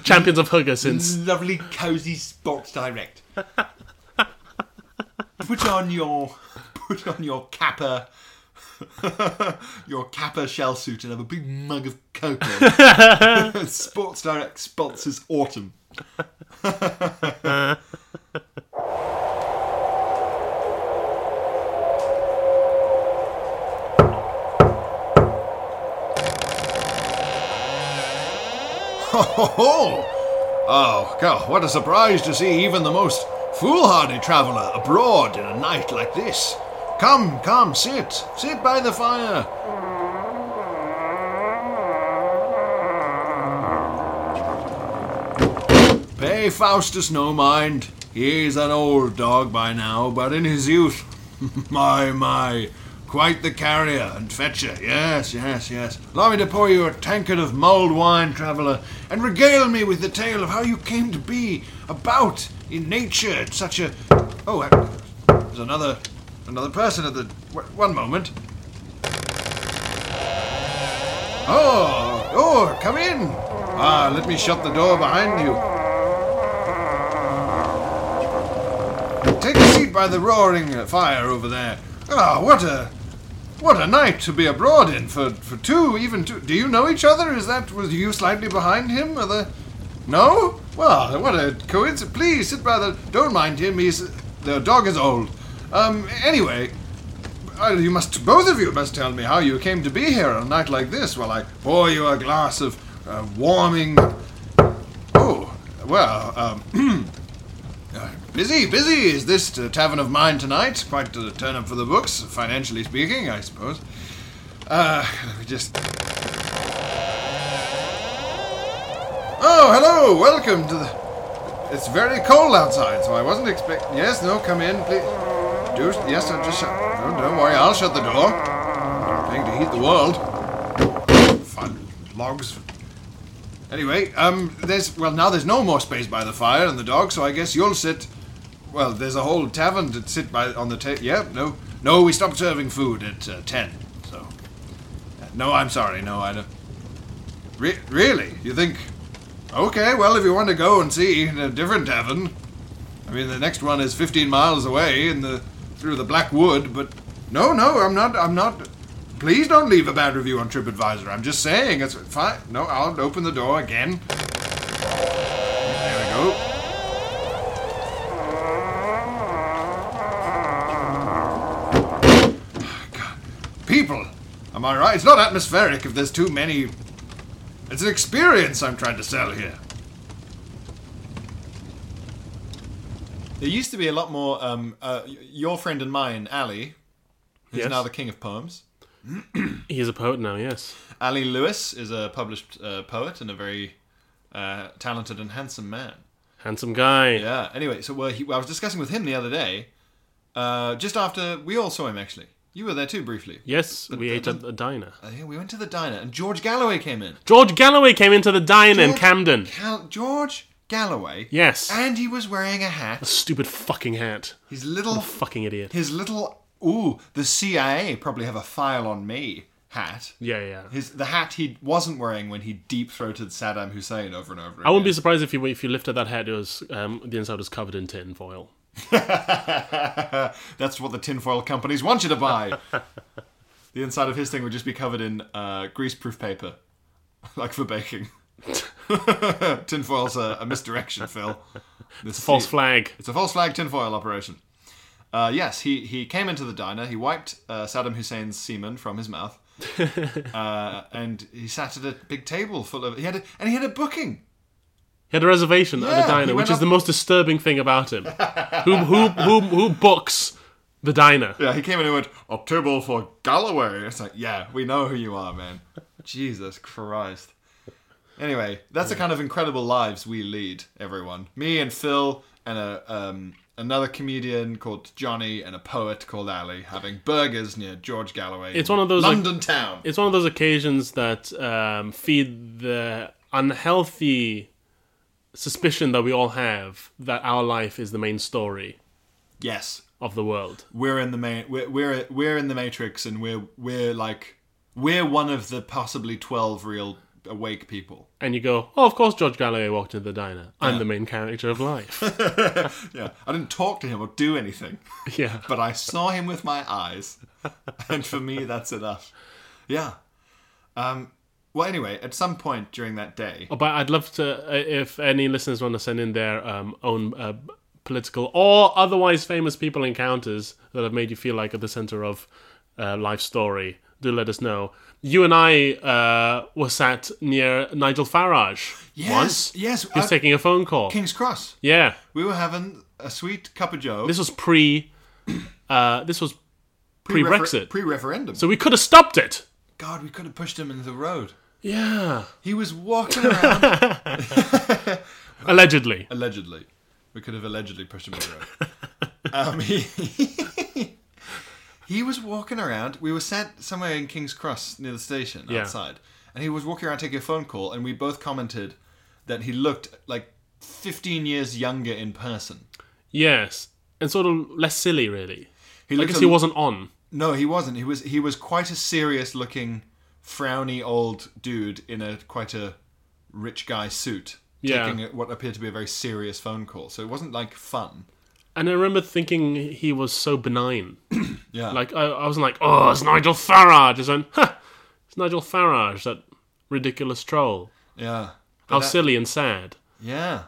[SPEAKER 3] Champions of hygge since.
[SPEAKER 2] lovely, cozy sports direct. Put on your, put on your kappa, your kappa shell suit, and have a big mug of cocoa. sports direct sponsors autumn. Oh, oh, God, what a surprise to see even the most foolhardy traveller abroad in a night like this. Come, come, sit, sit by the fire. Pay Faustus no mind. He's an old dog by now, but in his youth, my, my, quite the carrier and fetcher. Yes, yes, yes. Allow me to pour you a tankard of mulled wine, traveller, and regale me with the tale of how you came to be about in nature at such a. Oh, uh, there's another, another person at the. w- One moment. Oh, oh, come in. Ah, let me shut the door behind you. Take a seat by the roaring uh, fire over there. Ah, what a what a night to be abroad in for for two, even two. Do you know each other? Is that was you slightly behind him? Or the no? Well, what a coincidence! Please sit by the. Don't mind him. He's the dog is old. Um. Anyway, uh, you must both of you must tell me how you came to be here on a night like this. While I pour you a glass of uh, warming. Oh, well. Um, uh, busy, busy is this uh, tavern of mine tonight. Quite a turn up for the books, financially speaking, I suppose. Uh, let me just. Oh, hello! Welcome to the. It's very cold outside, so I wasn't expecting. Yes, no, come in, please. Do yes, I just shut. No, don't worry, I'll shut the door. Paying to heat the world. Fun logs. Anyway, um, there's well now there's no more space by the fire and the dog, so I guess you'll sit. Well, there's a whole tavern to sit by on the table. Yeah, no, no, we stopped serving food at uh, ten. So, uh, no, I'm sorry, no, I don't. Re- really, you think? Okay, well, if you want to go and see in a different tavern, I mean the next one is 15 miles away in the through the black wood. But no, no, I'm not. I'm not. Please don't leave a bad review on TripAdvisor. I'm just saying it's fine. No, I'll open the door again. There we go. God, People, am I right? It's not atmospheric if there's too many. It's an experience I'm trying to sell here. There used to be a lot more. Um, uh, y- your friend and mine, Ali, who's
[SPEAKER 3] Yes.
[SPEAKER 2] now the king of poems.
[SPEAKER 3] He is a poet now, yes.
[SPEAKER 2] Ali Lewis is a published uh, poet and a very uh, talented and handsome man.
[SPEAKER 3] Handsome guy.
[SPEAKER 2] Yeah. Anyway, so well, he, well, I was discussing with him the other day, uh, just after we all saw him. Actually, you were there too briefly.
[SPEAKER 3] Yes, we ate at a diner.
[SPEAKER 2] Uh, yeah, we went to the diner and George Galloway came in.
[SPEAKER 3] George Galloway came into the diner in
[SPEAKER 2] George
[SPEAKER 3] Camden.
[SPEAKER 2] Cal- George Galloway.
[SPEAKER 3] Yes.
[SPEAKER 2] And he was wearing a hat.
[SPEAKER 3] Stupid fucking hat.
[SPEAKER 2] His little,
[SPEAKER 3] Fucking idiot.
[SPEAKER 2] his little. Ooh, the CIA probably have a file on me hat.
[SPEAKER 3] Yeah, yeah.
[SPEAKER 2] His the hat he wasn't wearing when he deep throated Saddam Hussein over and over.
[SPEAKER 3] I wouldn't be surprised if you if you lifted that hat, it was um, the inside was covered in tin foil.
[SPEAKER 2] That's what the tinfoil companies want you to buy. the inside of his thing would just be covered in uh, greaseproof paper, like for baking. Tinfoil's a, a misdirection, Phil. This
[SPEAKER 3] False flag.
[SPEAKER 2] It's a false flag tinfoil operation. Uh, yes, he, he came into the diner. He wiped uh, Saddam Hussein's semen from his mouth, uh, and he sat at a big table full of. He had a, and he had a booking.
[SPEAKER 3] He had a reservation at
[SPEAKER 2] Yeah,
[SPEAKER 3] a
[SPEAKER 2] he
[SPEAKER 3] diner,
[SPEAKER 2] went
[SPEAKER 3] which is
[SPEAKER 2] up-
[SPEAKER 3] the most disturbing thing about him. who, who, who, who books the diner?
[SPEAKER 2] Yeah, he came in and went a table for Galloway. It's like, yeah, we know who you are, man. Jesus Christ. Anyway, that's the kind of incredible lives we lead, everyone. Me and Phil and a um, another comedian called Johnny and a poet called Ali having burgers near George Galloway.
[SPEAKER 3] It's
[SPEAKER 2] in
[SPEAKER 3] one of those, like-
[SPEAKER 2] London town.
[SPEAKER 3] It's one of those occasions that um, feed the unhealthy suspicion that we all have that our life is the main story
[SPEAKER 2] Yes,
[SPEAKER 3] of the world.
[SPEAKER 2] we're in the ma- we're, we're we're in the matrix, and we're we're like we're one of the possibly twelve real awake people.
[SPEAKER 3] And you go, oh, of course, George Galloway walked into the diner. I'm the main character of life.
[SPEAKER 2] Yeah, I didn't talk to him or do anything,
[SPEAKER 3] yeah.
[SPEAKER 2] but I saw him with my eyes, and for me that's enough. Yeah. Um. Well, anyway, at some point during that day,
[SPEAKER 3] Oh, But I'd love to, uh, if any listeners want to send in their um, own uh, political or otherwise famous people encounters that have made you feel like at the center of uh, life story, do let us know. You and I uh, were sat near Nigel Farage
[SPEAKER 2] yes,
[SPEAKER 3] once.
[SPEAKER 2] yes,
[SPEAKER 3] He was
[SPEAKER 2] uh,
[SPEAKER 3] taking a phone call.
[SPEAKER 2] King's Cross.
[SPEAKER 3] yeah.
[SPEAKER 2] We were having a sweet cup of Joe.
[SPEAKER 3] This was pre. Uh, this was pre Brexit.
[SPEAKER 2] pre-referendum.
[SPEAKER 3] so we could have stopped it.
[SPEAKER 2] God, we could have pushed him into the road.
[SPEAKER 3] Yeah.
[SPEAKER 2] He was walking around.
[SPEAKER 3] Allegedly.
[SPEAKER 2] allegedly, we could have allegedly pushed him into the road. um, he, he was walking around. We were sat somewhere in King's Cross near the station
[SPEAKER 3] Yeah.
[SPEAKER 2] outside, and he was walking around taking a phone call. And we both commented that he looked like 15 years younger in person.
[SPEAKER 3] Yes. And sort of less silly, really.
[SPEAKER 2] He
[SPEAKER 3] I
[SPEAKER 2] looked
[SPEAKER 3] guess
[SPEAKER 2] a-
[SPEAKER 3] he wasn't on.
[SPEAKER 2] No, he wasn't. He was he was quite a serious looking, frowny old dude in a quite a rich guy suit.
[SPEAKER 3] Yeah.
[SPEAKER 2] Taking what appeared to be a very serious phone call, so it wasn't like fun.
[SPEAKER 3] And I remember thinking he was so benign.
[SPEAKER 2] Yeah,
[SPEAKER 3] Like I, I wasn't like, oh, it's Nigel Farage. I went, huh, it's Nigel Farage, that ridiculous troll.
[SPEAKER 2] yeah,
[SPEAKER 3] How silly and sad.
[SPEAKER 2] yeah.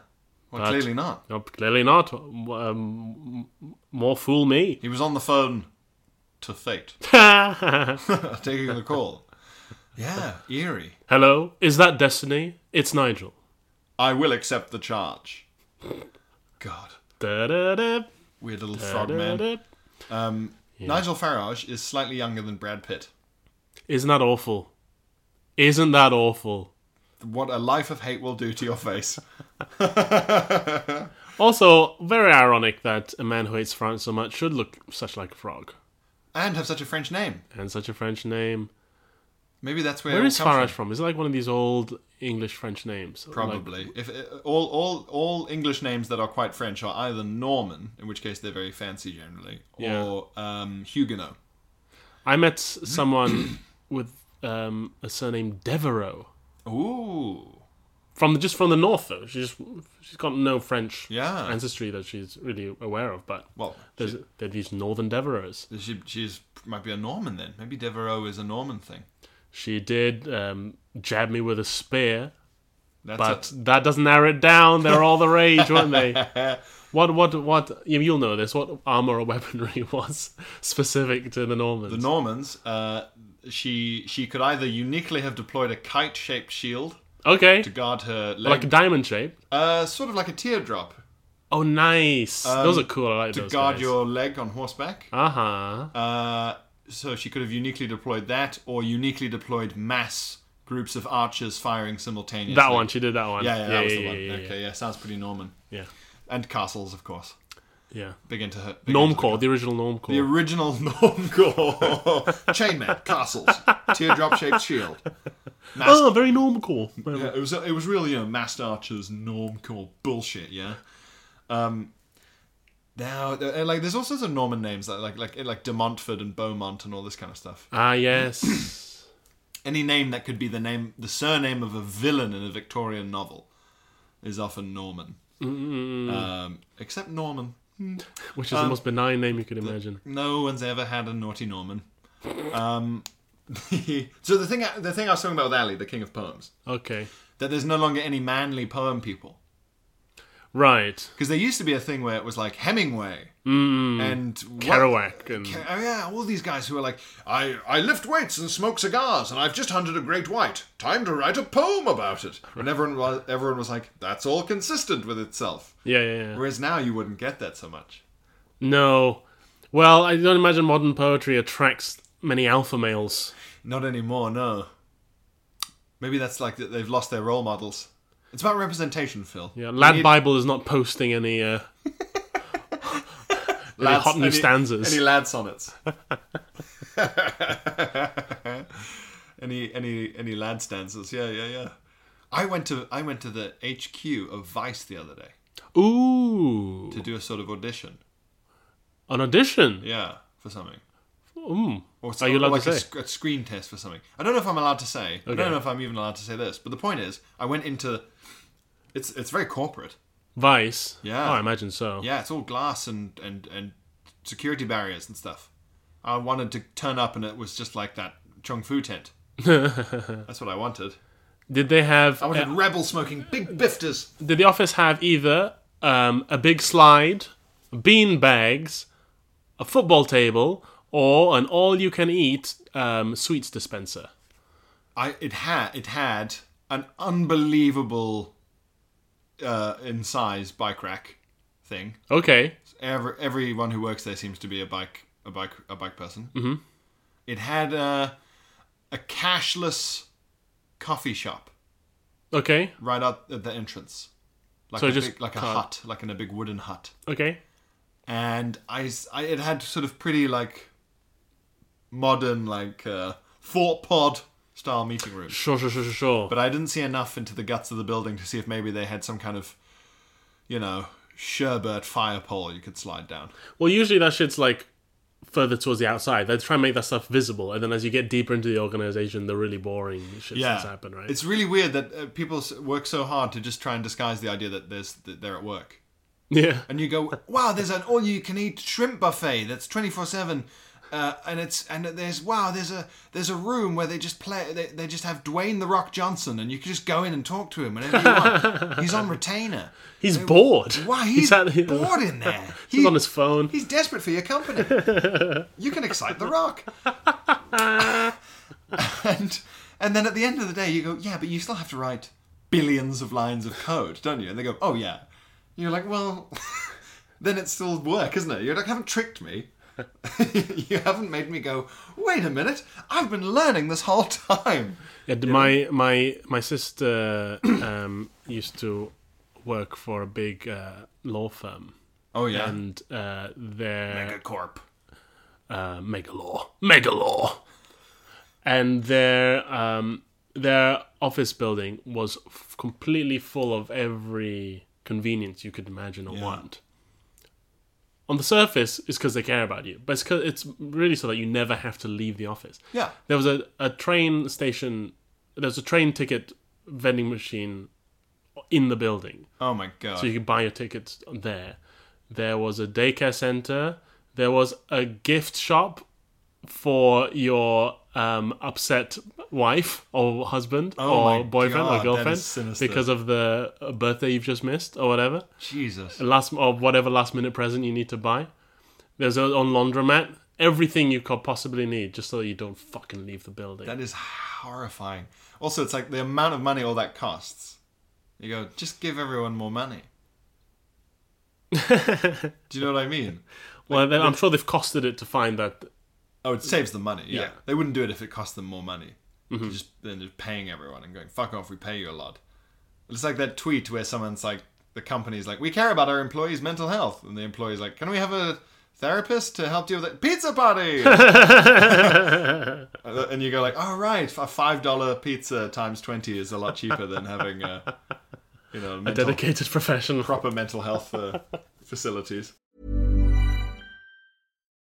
[SPEAKER 2] Well, clearly not.
[SPEAKER 3] No, clearly not. Um, more fool me.
[SPEAKER 2] He was on the phone to fate, taking the call. Yeah, eerie.
[SPEAKER 3] Hello, is that Destiny? It's Nigel.
[SPEAKER 2] I will accept the charge. God,
[SPEAKER 3] Da-da-da,
[SPEAKER 2] weird little frog man. Um,
[SPEAKER 3] da-da.
[SPEAKER 2] Nigel Farage is slightly younger than Brad Pitt.
[SPEAKER 3] Isn't that awful? Isn't that awful?
[SPEAKER 2] What a life of hate will do to your face.
[SPEAKER 3] Also, very ironic that a man who hates France so much should look such like a frog
[SPEAKER 2] and have such a French name.
[SPEAKER 3] and such a French name.
[SPEAKER 2] Maybe that's where,
[SPEAKER 3] Where
[SPEAKER 2] it
[SPEAKER 3] is
[SPEAKER 2] comes
[SPEAKER 3] Farage
[SPEAKER 2] from.
[SPEAKER 3] from? Is it like one of these old English French names? Like-
[SPEAKER 2] Probably, if uh, all all all English names that are quite French are either Norman, in which case they're very fancy generally,
[SPEAKER 3] Yeah.
[SPEAKER 2] or um, Huguenot.
[SPEAKER 3] I met s- someone with um, a surname Devereux
[SPEAKER 2] Ooh,
[SPEAKER 3] from the, just from the north though. She just she's got no French
[SPEAKER 2] Yeah.
[SPEAKER 3] ancestry that she's really aware of. But
[SPEAKER 2] well,
[SPEAKER 3] there's, there are these northern Devereux's.
[SPEAKER 2] She she's might be a Norman then. Maybe Devereaux is a Norman thing.
[SPEAKER 3] She did um, jab me with a spear,
[SPEAKER 2] That's
[SPEAKER 3] but
[SPEAKER 2] a-
[SPEAKER 3] that doesn't narrow it down. They're all the rage, weren't they? What what what? You, you'll know this. What armor or weaponry was specific to the Normans?
[SPEAKER 2] the Normans. Uh, she she could either uniquely have deployed a kite shaped shield
[SPEAKER 3] okay,
[SPEAKER 2] to guard her leg,
[SPEAKER 3] like a diamond shape.
[SPEAKER 2] uh, sort of like a teardrop.
[SPEAKER 3] Oh, nice. those are cool. I like
[SPEAKER 2] Um, to
[SPEAKER 3] those.
[SPEAKER 2] guard
[SPEAKER 3] guys.
[SPEAKER 2] your leg on horseback.
[SPEAKER 3] Uh huh.
[SPEAKER 2] Uh, so she could have uniquely deployed that, or uniquely deployed mass groups of archers firing simultaneously.
[SPEAKER 3] That one. She did that one.
[SPEAKER 2] Yeah, yeah, that was the one.
[SPEAKER 3] yeah, yeah,
[SPEAKER 2] okay, yeah, sounds pretty Norman.
[SPEAKER 3] yeah.
[SPEAKER 2] And castles, of course.
[SPEAKER 3] Yeah.
[SPEAKER 2] Big into her. big into the-
[SPEAKER 3] Normcore, the original
[SPEAKER 2] The
[SPEAKER 3] Normcore.
[SPEAKER 2] original Normcore. Chainmail, castles, teardrop shaped shield.
[SPEAKER 3] Oh, very Normcore.
[SPEAKER 2] Yeah, it was it was really you know masked archers normcore bullshit. Yeah. Um. Now, there- and, like, there's all sorts of Norman names like like like like De Montfort and Beaumont and all this kind of stuff.
[SPEAKER 3] Ah, yes.
[SPEAKER 2] Any name that could be the name, the surname of a villain in a Victorian novel, is often Norman. Um, except Norman,
[SPEAKER 3] Which
[SPEAKER 2] Um,
[SPEAKER 3] is the most benign name you could imagine.
[SPEAKER 2] no one's ever had a naughty Norman. Um, so the thing I- the thing I was talking about with Ali, the King of Poems,
[SPEAKER 3] Okay.
[SPEAKER 2] that there's no longer any manly poem people.
[SPEAKER 3] Right.
[SPEAKER 2] Because there used to be a thing where it was like Hemingway and what-
[SPEAKER 3] Kerouac. And,
[SPEAKER 2] Ke- oh yeah, all these guys who are like, I, I lift weights and smoke cigars, and I've just hunted a great white. Time to write a poem about it. And everyone was, everyone was like, that's all consistent with itself.
[SPEAKER 3] yeah, yeah, yeah.
[SPEAKER 2] Whereas now you wouldn't get that so much.
[SPEAKER 3] No. Well, I don't imagine modern poetry attracts many alpha males.
[SPEAKER 2] Not anymore, no. Maybe that's like that they've lost their role models. It's about representation, Phil.
[SPEAKER 3] Yeah, Lad Bible is not posting any. Uh,
[SPEAKER 2] Lads-
[SPEAKER 3] hot new stanzas.
[SPEAKER 2] Any lad sonnets. any any any lad stanzas. Yeah, yeah, yeah. I went to I went to the HQ of Vice the other day
[SPEAKER 3] ooh,
[SPEAKER 2] to do a sort of audition.
[SPEAKER 3] an audition.
[SPEAKER 2] Yeah, for something.
[SPEAKER 3] Mm.
[SPEAKER 2] Or
[SPEAKER 3] Are you allowed
[SPEAKER 2] or like
[SPEAKER 3] to
[SPEAKER 2] a
[SPEAKER 3] say?
[SPEAKER 2] sc- A, screen test for something. I don't know if I'm allowed to say. I
[SPEAKER 3] Okay.
[SPEAKER 2] don't know if I'm even allowed to say this. But the point is, I went into. It's it's very corporate.
[SPEAKER 3] Vice.
[SPEAKER 2] Yeah.
[SPEAKER 3] Oh, I imagine so.
[SPEAKER 2] Yeah, it's all glass and and and security barriers and stuff. I wanted to turn up and it was just like that Chung Fu tent. That's what I wanted.
[SPEAKER 3] Did they have?
[SPEAKER 2] I wanted
[SPEAKER 3] uh,
[SPEAKER 2] rebel smoking big bifters.
[SPEAKER 3] did the office have either um, a big slide, bean bags, a football table, or an all-you-can-eat um, sweets dispenser?
[SPEAKER 2] I it had it had an unbelievable uh, in size bike rack thing.
[SPEAKER 3] Okay.
[SPEAKER 2] Every, everyone who works there seems to be a bike a bike a bike person. Mm-hmm. It had a, a cashless coffee shop.
[SPEAKER 3] Okay.
[SPEAKER 2] right out at the entrance, like
[SPEAKER 3] So
[SPEAKER 2] a
[SPEAKER 3] just
[SPEAKER 2] big, like a
[SPEAKER 3] card.
[SPEAKER 2] hut, like in a big wooden hut.
[SPEAKER 3] Okay.
[SPEAKER 2] And I, s- I- it had sort of pretty like modern like uh, fort pod style meeting rooms.
[SPEAKER 3] Sure, sure, sure, sure, sure.
[SPEAKER 2] But I didn't see enough into the guts of the building to see if maybe they had some kind of, you know, sherbet fire pole you could slide down.
[SPEAKER 3] Well, usually that shit's like further towards the outside. They try and make that stuff visible, and then as you get deeper into the organization, the really boring shit starts happening, right?
[SPEAKER 2] It's really weird that uh, people s- work so hard to just try and disguise the idea that there's that they're at work.
[SPEAKER 3] yeah.
[SPEAKER 2] and you go, "Wow, there's an all-you-can-eat shrimp buffet that's 24/7." Uh, and it's and there's wow there's a there's a room where they just play they, they just have Dwayne the Rock Johnson and you can just go in and talk to him whenever you want. he's on retainer.
[SPEAKER 3] He's bored.
[SPEAKER 2] Wow, he's
[SPEAKER 3] at the-
[SPEAKER 2] bored in there.
[SPEAKER 3] He's on his phone.
[SPEAKER 2] He's desperate for your company. you can excite the Rock. and and then at the end of the day, you go, yeah, but you still have to write billions of lines of code, don't you? And they go, oh yeah. You're like, well, then it's still work, isn't it? You like, haven't tricked me. you haven't made me go, wait a minute, I've been learning this whole time.
[SPEAKER 3] Yeah, my my my sister um, used to work for a big uh, law firm,
[SPEAKER 2] Oh yeah.
[SPEAKER 3] and uh, their
[SPEAKER 2] Megacorp.
[SPEAKER 3] uh, mega law, mega law, and their um, their office building was f- completely full of every convenience you could imagine or want. On the surface, it's because they care about you, but it's 'cause- it's really so that you never have to leave the office.
[SPEAKER 2] Yeah.
[SPEAKER 3] There was a, a train station. There was a train ticket vending machine in the building,
[SPEAKER 2] Oh my god.
[SPEAKER 3] so you could buy your tickets there. There was a daycare center. There was a gift shop for your um, upset wife or husband
[SPEAKER 2] Oh my
[SPEAKER 3] or boyfriend
[SPEAKER 2] God, that
[SPEAKER 3] or
[SPEAKER 2] is
[SPEAKER 3] girlfriend
[SPEAKER 2] sinister.
[SPEAKER 3] because of the uh, birthday you've just missed or whatever
[SPEAKER 2] Jesus.
[SPEAKER 3] last or whatever last minute present you need to buy. There's a on laundromat everything you could possibly need just so that you don't fucking leave the building.
[SPEAKER 2] That is horrifying. Also, it's like the amount of money all that costs. You go, just give everyone more money. Do you know what I mean?
[SPEAKER 3] Well, then I'm sure they've costed it to find that.
[SPEAKER 2] Oh, it saves them money. Yeah.
[SPEAKER 3] Yeah.
[SPEAKER 2] They wouldn't do it if it cost them more money. They're Just then just paying everyone and going, fuck off, we pay you a lot. It's like that tweet where someone's like, the company's like, we care about our employees' mental health. And the employee's like, can we have a therapist to help deal with it? Pizza party! and you go like, oh, right, a $5 pizza times 20 is a lot cheaper than having a, you know,
[SPEAKER 3] A
[SPEAKER 2] mental,
[SPEAKER 3] dedicated professional.
[SPEAKER 2] proper mental health uh, facilities.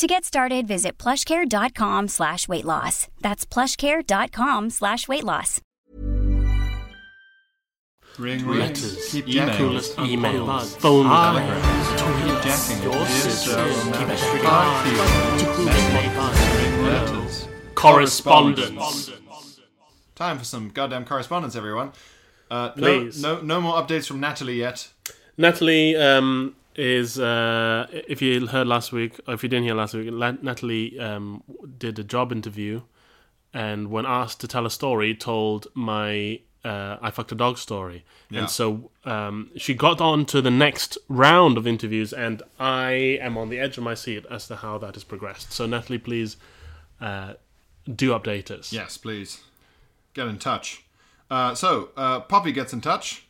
[SPEAKER 4] To get started, visit plushcare.com slash weight loss. That's plushcare.com slash weight loss.
[SPEAKER 2] Ring,
[SPEAKER 3] Letters,
[SPEAKER 2] Keep
[SPEAKER 3] emails, emails,
[SPEAKER 2] emails.
[SPEAKER 3] phone calls,
[SPEAKER 2] Jacking your
[SPEAKER 3] correspondence.
[SPEAKER 2] Time for some goddamn correspondence, everyone. Uh, no,
[SPEAKER 3] Please.
[SPEAKER 2] no, no more updates from Natalie yet.
[SPEAKER 3] Natalie um, is, uh, if you heard last week, or if you didn't hear last week, La- Natalie um, did a job interview and, when asked to tell a story, told my uh, I fucked a dog story.
[SPEAKER 2] Yeah.
[SPEAKER 3] And so um, she got on to the next round of interviews, and I am on the edge of my seat as to how that has progressed. So, Natalie, please uh, do update us.
[SPEAKER 2] Yes, please get in touch. Uh, so uh, Poppy gets in touch.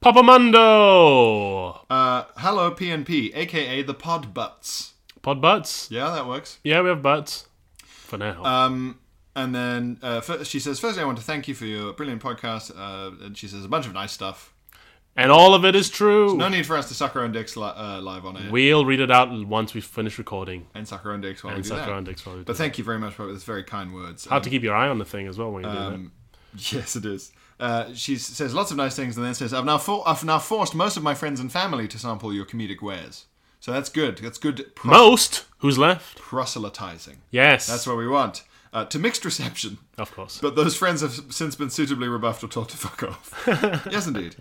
[SPEAKER 3] Papa Mundo!
[SPEAKER 2] Uh, hello PNP, aka the Pod Butts.
[SPEAKER 3] Pod butts?
[SPEAKER 2] Yeah, that works.
[SPEAKER 3] Yeah, we have butts. For now.
[SPEAKER 2] Um, and then uh, fir- she says, firstly, I want to thank you for your brilliant podcast. Uh, and she says a bunch of nice stuff.
[SPEAKER 3] and all of it is true.
[SPEAKER 2] No need for us to suck our own dicks li- uh, live on air.
[SPEAKER 3] We'll read it out once we finish recording.
[SPEAKER 2] and suck our own dicks while
[SPEAKER 3] And
[SPEAKER 2] Oh, we do
[SPEAKER 3] suck
[SPEAKER 2] that.
[SPEAKER 3] our own dicks while we do
[SPEAKER 2] but thank you very much for those very kind words.
[SPEAKER 3] How to keep your eye on the thing as well when you do
[SPEAKER 2] Um,
[SPEAKER 3] that.
[SPEAKER 2] Yes, it is. Uh, she s- says lots of nice things, and then says, "I've now for- I've now forced most of my friends and family to sample your comedic wares." So that's good. That's good pro-
[SPEAKER 3] Most who's left?
[SPEAKER 2] proselytizing.
[SPEAKER 3] Yes,
[SPEAKER 2] That's what we want. Uh, to mixed reception,
[SPEAKER 3] Of course.
[SPEAKER 2] but those friends have since been suitably rebuffed or told to fuck off. yes, indeed.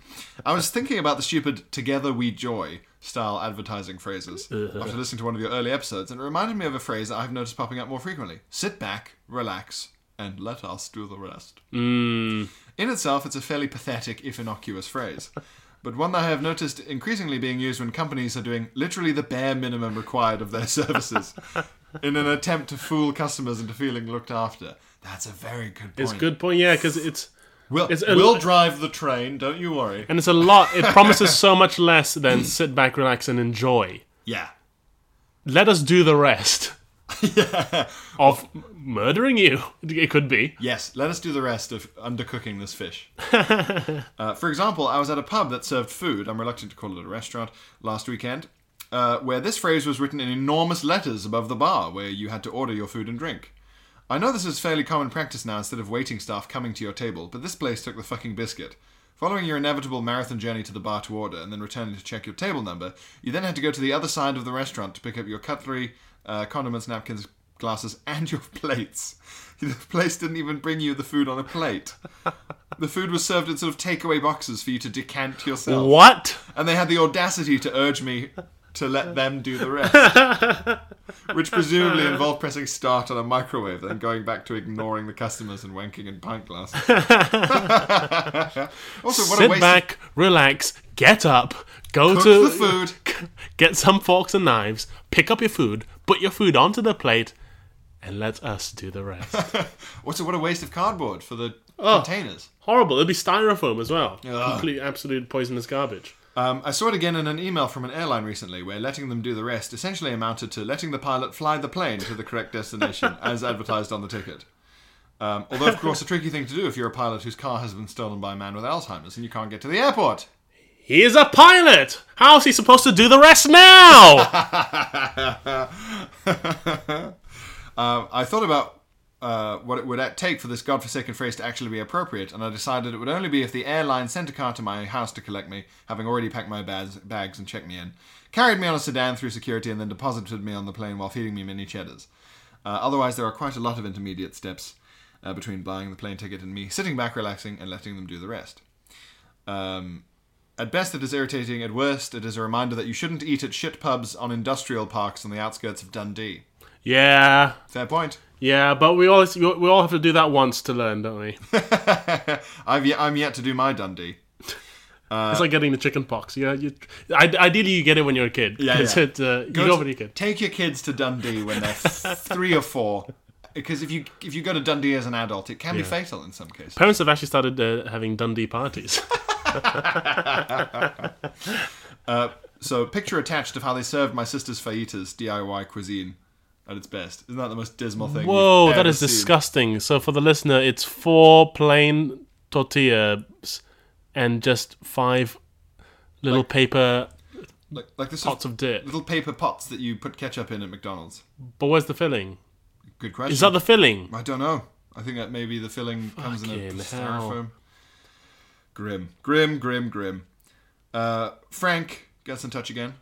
[SPEAKER 2] I was thinking about the stupid "Together We Joy" style advertising phrases
[SPEAKER 3] Uh-huh.
[SPEAKER 2] after listening to one of your early episodes, and it reminded me of a phrase that I've noticed popping up more frequently: "Sit back, relax, and let us do the rest."
[SPEAKER 3] Mm,
[SPEAKER 2] In itself, it's a fairly pathetic, if innocuous phrase, but one that I have noticed increasingly being used when companies are doing literally the bare minimum required of their services in an attempt to fool customers into feeling looked after. That's a very good point.
[SPEAKER 3] it's good point. Yeah, because it's
[SPEAKER 2] We'll,
[SPEAKER 3] it's a-
[SPEAKER 2] we'll drive the train, don't you worry.
[SPEAKER 3] and it's a lot. It promises so much less than sit back, relax, and enjoy.
[SPEAKER 2] Yeah.
[SPEAKER 3] Let us do the rest of m- murdering you. It could be.
[SPEAKER 2] Yes, let us do the rest of undercooking this fish. uh, for example, I was at a pub that served food, I'm reluctant to call it a restaurant, last weekend, uh, where this phrase was written in enormous letters above the bar where you had to order your food and drink. I know this is fairly common practice now instead of waiting staff coming to your table, but this place took the fucking biscuit. Following your inevitable marathon journey to the bar to order and then returning to check your table number, you then had to go to the other side of the restaurant to pick up your cutlery, uh, condiments, napkins, glasses, and your plates. The place didn't even bring you the food on a plate. The food was served in sort of takeaway boxes for you to decant yourself.
[SPEAKER 3] What?
[SPEAKER 2] And they had the audacity to urge me to let them do the rest. Which presumably involved pressing start on a microwave, then going back to ignoring the customers and wanking in pint glasses. also, what a
[SPEAKER 3] sit
[SPEAKER 2] waste
[SPEAKER 3] back, relax, get up, go
[SPEAKER 2] Cook
[SPEAKER 3] to
[SPEAKER 2] the food.
[SPEAKER 3] c- get some forks and knives, pick up your food, put your food onto the plate, and let us do the rest.
[SPEAKER 2] Of, also, what a waste of cardboard
[SPEAKER 3] Oh.
[SPEAKER 2] for the containers.
[SPEAKER 3] Horrible. It'd be styrofoam as well. Complete, absolute poisonous garbage.
[SPEAKER 2] Um, I saw it again in an email from an airline recently where letting them do the rest essentially amounted to letting the pilot fly the plane to the correct destination as advertised on the ticket. Um, although, of course, a tricky thing to do if you're a pilot whose car has been stolen by a man with Alzheimer's and you can't get to the airport.
[SPEAKER 3] He is a pilot. How's he supposed to do the rest now?
[SPEAKER 2] Um, I thought about uh, what it would take for this godforsaken phrase to actually be appropriate, and I decided it would only be if the airline sent a car to my house to collect me, having already packed my bags, bags and checked me in, carried me on a sedan through security, and then deposited me on the plane while feeding me mini cheddars. Uh, otherwise, there are quite a lot of intermediate steps uh, between buying the plane ticket and me sitting back, relaxing, and letting them do the rest. Um, at best, it is irritating. At worst, it is a reminder that you shouldn't eat at shit pubs on industrial parks on the outskirts of Dundee.
[SPEAKER 3] yeah,
[SPEAKER 2] Fair point.
[SPEAKER 3] yeah, but we all we all we all have to do that once to learn, don't we?
[SPEAKER 2] I've yet, I'm yet to do my Dundee. Uh,
[SPEAKER 3] it's like getting the chicken pox. Yeah, you, I, ideally you get it when you're a kid.
[SPEAKER 2] Yeah,
[SPEAKER 3] It's
[SPEAKER 2] yeah.
[SPEAKER 3] it, uh, you
[SPEAKER 2] Go
[SPEAKER 3] go
[SPEAKER 2] to-
[SPEAKER 3] when you're a kid.
[SPEAKER 2] Take your kids to Dundee when they're three or four, because if you if you go to Dundee as an adult, it can be fatal in some cases.
[SPEAKER 3] Parents have actually started uh, having Dundee parties.
[SPEAKER 2] So, picture attached of how they served my sister's fajitas DIY cuisine at its best. Isn't that the most dismal thing?
[SPEAKER 3] Whoa,
[SPEAKER 2] you've
[SPEAKER 3] that
[SPEAKER 2] ever
[SPEAKER 3] is
[SPEAKER 2] seen?
[SPEAKER 3] disgusting. So for the listener, it's four plain tortillas and just five little paper
[SPEAKER 2] Like, like the sort
[SPEAKER 3] pots
[SPEAKER 2] of
[SPEAKER 3] of dirt.
[SPEAKER 2] little paper pots that you put ketchup in at McDonald's.
[SPEAKER 3] But where's the filling?
[SPEAKER 2] Good question.
[SPEAKER 3] Is that the filling?
[SPEAKER 2] I don't know. I think that maybe the filling comes in a
[SPEAKER 3] Fucking hell.
[SPEAKER 2] styrofoam. Grim, grim, grim, grim. Uh, Frank gets in touch again.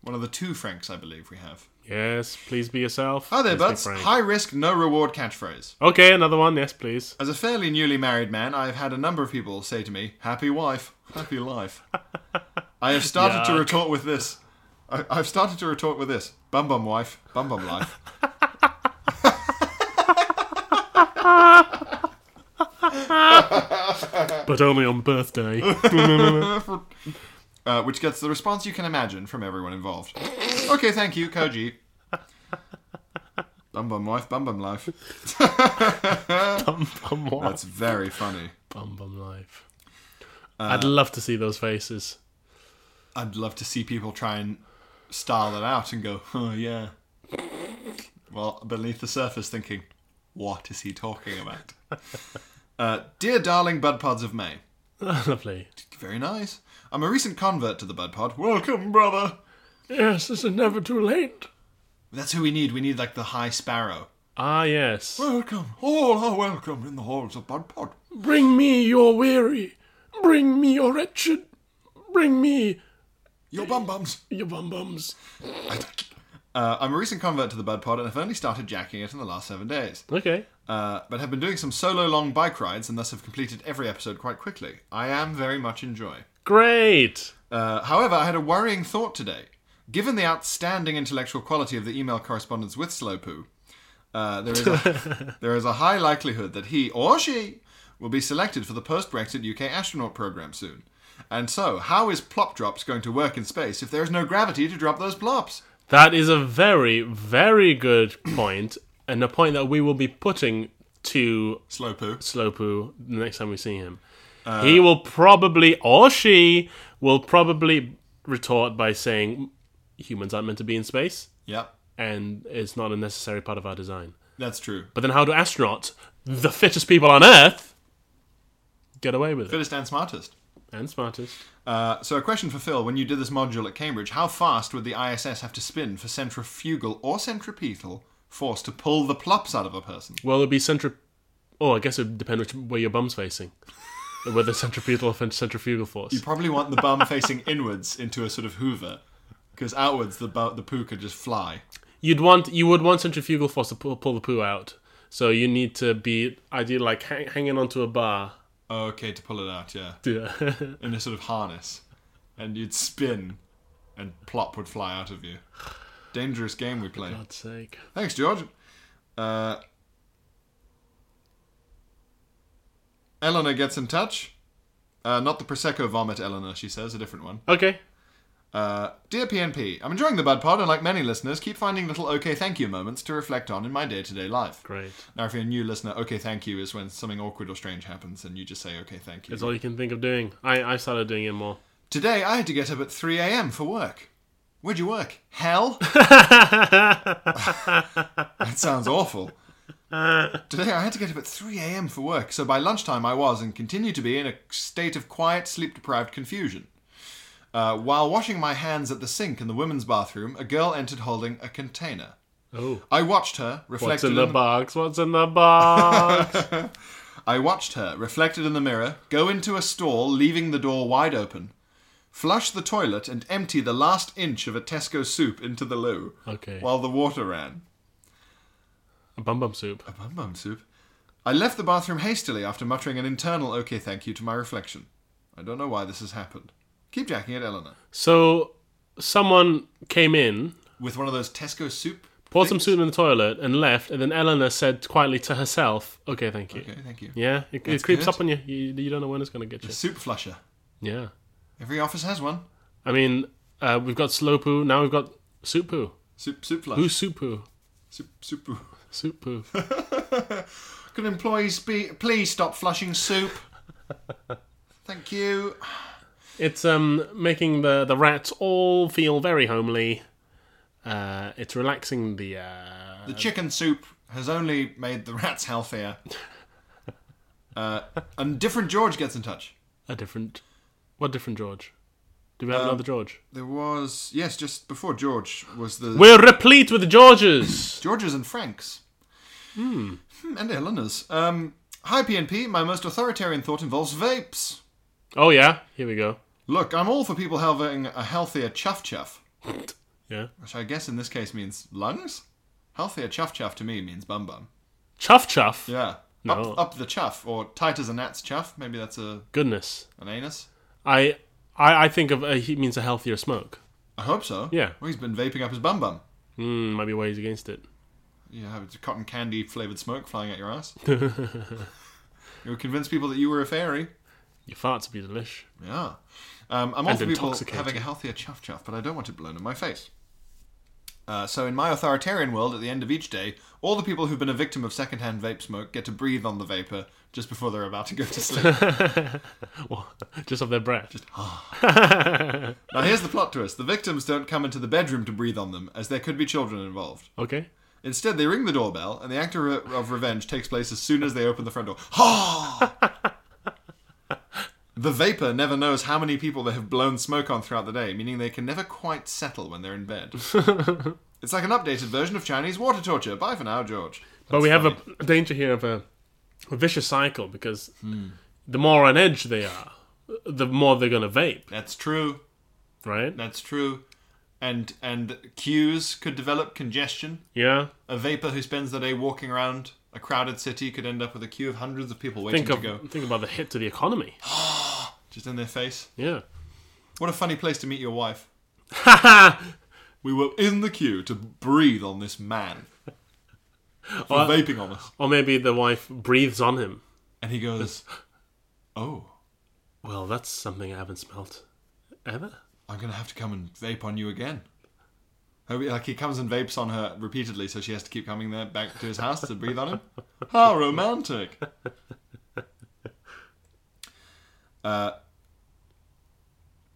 [SPEAKER 2] One of the two Franks, I believe we have.
[SPEAKER 3] Yes, please be yourself.
[SPEAKER 2] Hi there,
[SPEAKER 3] Please be
[SPEAKER 2] buds.
[SPEAKER 3] frank.
[SPEAKER 2] High risk, no reward catchphrase.
[SPEAKER 3] Okay, another one. Yes, please.
[SPEAKER 2] As a fairly newly married man, I have had a number of people say to me, "Happy wife, happy life." I have started to retort with this. I, I've started to retort with this. Bum bum wife, bum bum life.
[SPEAKER 3] But only on birthday.
[SPEAKER 2] uh, which gets the response you can imagine from everyone involved. okay, thank you, Koji. Bum bum life, bum bum life.
[SPEAKER 3] bum bum life.
[SPEAKER 2] That's very funny.
[SPEAKER 3] Bum bum life. I'd love to see those faces.
[SPEAKER 2] I'd love to see people try and style that out and go, oh yeah. Well, beneath the surface, thinking, what is he talking about? uh, Dear darling Bud Pods of May,
[SPEAKER 3] Lovely.
[SPEAKER 2] very nice. I'm a recent convert to the Bud Pod. Welcome, brother.
[SPEAKER 3] Yes, this is never too late.
[SPEAKER 2] That's who we need. We need like the high sparrow.
[SPEAKER 3] Ah, yes.
[SPEAKER 2] Welcome, all are welcome in the halls of Bud Pod.
[SPEAKER 3] Bring me your weary. Bring me your wretched. Bring me
[SPEAKER 2] Your bum bums.
[SPEAKER 3] your bum bums.
[SPEAKER 2] Uh, I'm a recent convert to the Bud Pod and have only started jacking it in the last seven days.
[SPEAKER 3] Okay.
[SPEAKER 2] uh, but have been doing some solo long bike rides and thus have completed every episode quite quickly. I am very much enjoying.
[SPEAKER 3] Great.
[SPEAKER 2] Uh, however, I had a worrying thought today. Given the outstanding intellectual quality of the email correspondence with Slowpoo, uh, there, is a, there is a high likelihood that he or she will be selected for the post Brexit UK astronaut program soon. And so, how is plop drops going to work in space if there is no gravity to drop those plops?
[SPEAKER 3] That is a very, very good point, and a point that we will be putting to
[SPEAKER 2] Slowpoo.
[SPEAKER 3] Slowpoo the next time we see him. he will probably, or she will probably retort by saying, humans aren't meant to be in space,
[SPEAKER 2] Yep,
[SPEAKER 3] and it's not a necessary part of our design.
[SPEAKER 2] that's true.
[SPEAKER 3] But then how do astronauts, the fittest people on Earth, get away with it?
[SPEAKER 2] Fittest and smartest.
[SPEAKER 3] And smartest.
[SPEAKER 2] Uh, so, a question for Phil. When you did this module at Cambridge, how fast would the ISS have to spin for centrifugal or centripetal force to pull the plops out of a person?
[SPEAKER 3] Well, it'd be centri... Oh, I guess it would depend which where your bum's facing. Whether centripetal or cent- centrifugal force.
[SPEAKER 2] You probably want the bum facing inwards into a sort of hoover, because outwards the, bu- the poo could just fly.
[SPEAKER 3] You'd want you would want centrifugal force to pull, pull the poo out. So you need to be ideally like hang, hanging onto a bar.
[SPEAKER 2] Okay, to pull it out, yeah.
[SPEAKER 3] Yeah.
[SPEAKER 2] In a sort of harness. And you'd spin, and plop would fly out of you. Dangerous game we play.
[SPEAKER 3] God's sake.
[SPEAKER 2] Thanks, George. Uh, Eleanor gets in touch. Uh, not the Prosecco vomit, Eleanor, she says, a different one.
[SPEAKER 3] Okay.
[SPEAKER 2] Uh, Dear PNP, I'm enjoying the Bud Pod, and like many listeners, keep finding little okay thank you moments to reflect on in my day to day life.
[SPEAKER 3] Great.
[SPEAKER 2] Now, if you're a new listener, okay thank you is when something awkward or strange happens, and you just say okay thank you.
[SPEAKER 3] That's all you can think of doing. I I started doing it more.
[SPEAKER 2] Today I had to get up at 3 a.m. for work. Where'd you work? Hell?
[SPEAKER 3] Oh.
[SPEAKER 2] that sounds awful.
[SPEAKER 3] Uh,
[SPEAKER 2] Today I had to get up at 3 a.m. for work, so by lunchtime I was and continued to be in a state of quiet, sleep deprived confusion. Uh, while washing my hands at the sink in the women's bathroom, a girl entered holding a container.
[SPEAKER 3] Oh.
[SPEAKER 2] I watched her,
[SPEAKER 3] What's
[SPEAKER 2] reflected
[SPEAKER 3] in the box? What's in the box?
[SPEAKER 2] I watched her, reflected in the mirror, go into a stall, leaving the door wide open, flush the toilet, and empty the last inch of a Tesco soup into the loo
[SPEAKER 3] Okay.
[SPEAKER 2] while the water ran.
[SPEAKER 3] A bum bum soup.
[SPEAKER 2] A bum bum soup. I left the bathroom hastily after muttering an internal okay thank you to my reflection. I don't know why this has happened. Keep jacking it, Eleanor.
[SPEAKER 3] So someone came in,
[SPEAKER 2] With one of those Tesco soup.
[SPEAKER 3] poured some
[SPEAKER 2] things?
[SPEAKER 3] soup in the toilet, and left. And then Eleanor said quietly to herself, "Okay, thank you."
[SPEAKER 2] Okay, thank you.
[SPEAKER 3] Yeah, it, it
[SPEAKER 2] That's
[SPEAKER 3] creeps
[SPEAKER 2] good.
[SPEAKER 3] up on you. you. You don't know when it's gonna get you.
[SPEAKER 2] The soup flusher.
[SPEAKER 3] Yeah.
[SPEAKER 2] Every office has one.
[SPEAKER 3] I mean, uh, we've got slow poo. Now we've got soup poo.
[SPEAKER 2] Soup, soup flush.
[SPEAKER 3] Who's soup poo?
[SPEAKER 2] Soup, soup. poo.
[SPEAKER 3] Soup poo.
[SPEAKER 2] Could employees be, please stop flushing soup? Thank you.
[SPEAKER 3] It's um making the the rats all feel very homely. Uh, it's relaxing the. Uh,
[SPEAKER 2] The chicken soup has only made the rats healthier. Uh, and different George gets in touch.
[SPEAKER 3] a different, what different George? Do
[SPEAKER 2] Um,
[SPEAKER 3] we have another George?
[SPEAKER 2] There was yes, just before George was the
[SPEAKER 3] We're replete with Georges.
[SPEAKER 2] George's and Frank's. Hmm. And Eleanor's. Um, hi PNP. My most authoritarian thought involves vapes.
[SPEAKER 3] oh yeah, here we go.
[SPEAKER 2] Look, I'm all for people having a healthier chuff chuff,
[SPEAKER 3] Yeah,
[SPEAKER 2] which I guess in this case means lungs. Healthier chuff chuff to me means bum bum.
[SPEAKER 3] chuff chuff.
[SPEAKER 2] Yeah.
[SPEAKER 3] No.
[SPEAKER 2] Up, up the chuff, or tight as a gnat's chuff. Maybe that's a
[SPEAKER 3] Goodness,
[SPEAKER 2] an anus.
[SPEAKER 3] I I, I think of uh, he means a healthier smoke.
[SPEAKER 2] I hope so.
[SPEAKER 3] Yeah.
[SPEAKER 2] Well, he's been vaping up his bum bum.
[SPEAKER 3] Hmm, might be ways against it.
[SPEAKER 2] You have cotton candy flavored smoke flying at your ass. you would convince people that you were a fairy.
[SPEAKER 3] Your farts would be delish.
[SPEAKER 2] Yeah. Um, I'm all
[SPEAKER 3] And
[SPEAKER 2] for people
[SPEAKER 3] intoxicating.
[SPEAKER 2] having a healthier chuff chuff, but I don't want it blown in my face. Uh, so, in my authoritarian world, at the end of each day, all the people who've been a victim of secondhand vape smoke get to breathe on the vapor just before they're about to go to sleep.
[SPEAKER 3] Well, just of their breath.
[SPEAKER 2] now, here's the plot twist the victims don't come into the bedroom to breathe on them, as there could be children involved.
[SPEAKER 3] okay.
[SPEAKER 2] Instead, they ring the doorbell, and the act of, re- of revenge takes place as soon as they open the front door. Ha! the vapor never knows how many people they have blown smoke on throughout the day, meaning they can never quite settle when they're in bed. it's like an updated version of Chinese water torture. Bye for now, George.
[SPEAKER 3] But we have a, a danger here of a, a vicious cycle because
[SPEAKER 2] Hmm.
[SPEAKER 3] the more on edge they are, the more they're going to vape,
[SPEAKER 2] That's true.
[SPEAKER 3] right?
[SPEAKER 2] That's true. And and queues could develop congestion.
[SPEAKER 3] Yeah.
[SPEAKER 2] A vapor who spends the day walking around a crowded city could end up with a queue of hundreds of people waiting
[SPEAKER 3] Think
[SPEAKER 2] to
[SPEAKER 3] of
[SPEAKER 2] go
[SPEAKER 3] think about the hit to the economy.
[SPEAKER 2] just in their face.
[SPEAKER 3] Yeah.
[SPEAKER 2] What a funny place to meet your wife. We were in the queue to breathe on this man for vaping on us.
[SPEAKER 3] or maybe the wife breathes on him.
[SPEAKER 2] And he goes, Oh,
[SPEAKER 3] Well, that's something I haven't smelt ever.
[SPEAKER 2] I'm going to have to come and vape on you again. Oh, yeah, Like he comes and vapes on her repeatedly, so she has to keep coming there back to his house to breathe on him. How romantic! Uh, Uh,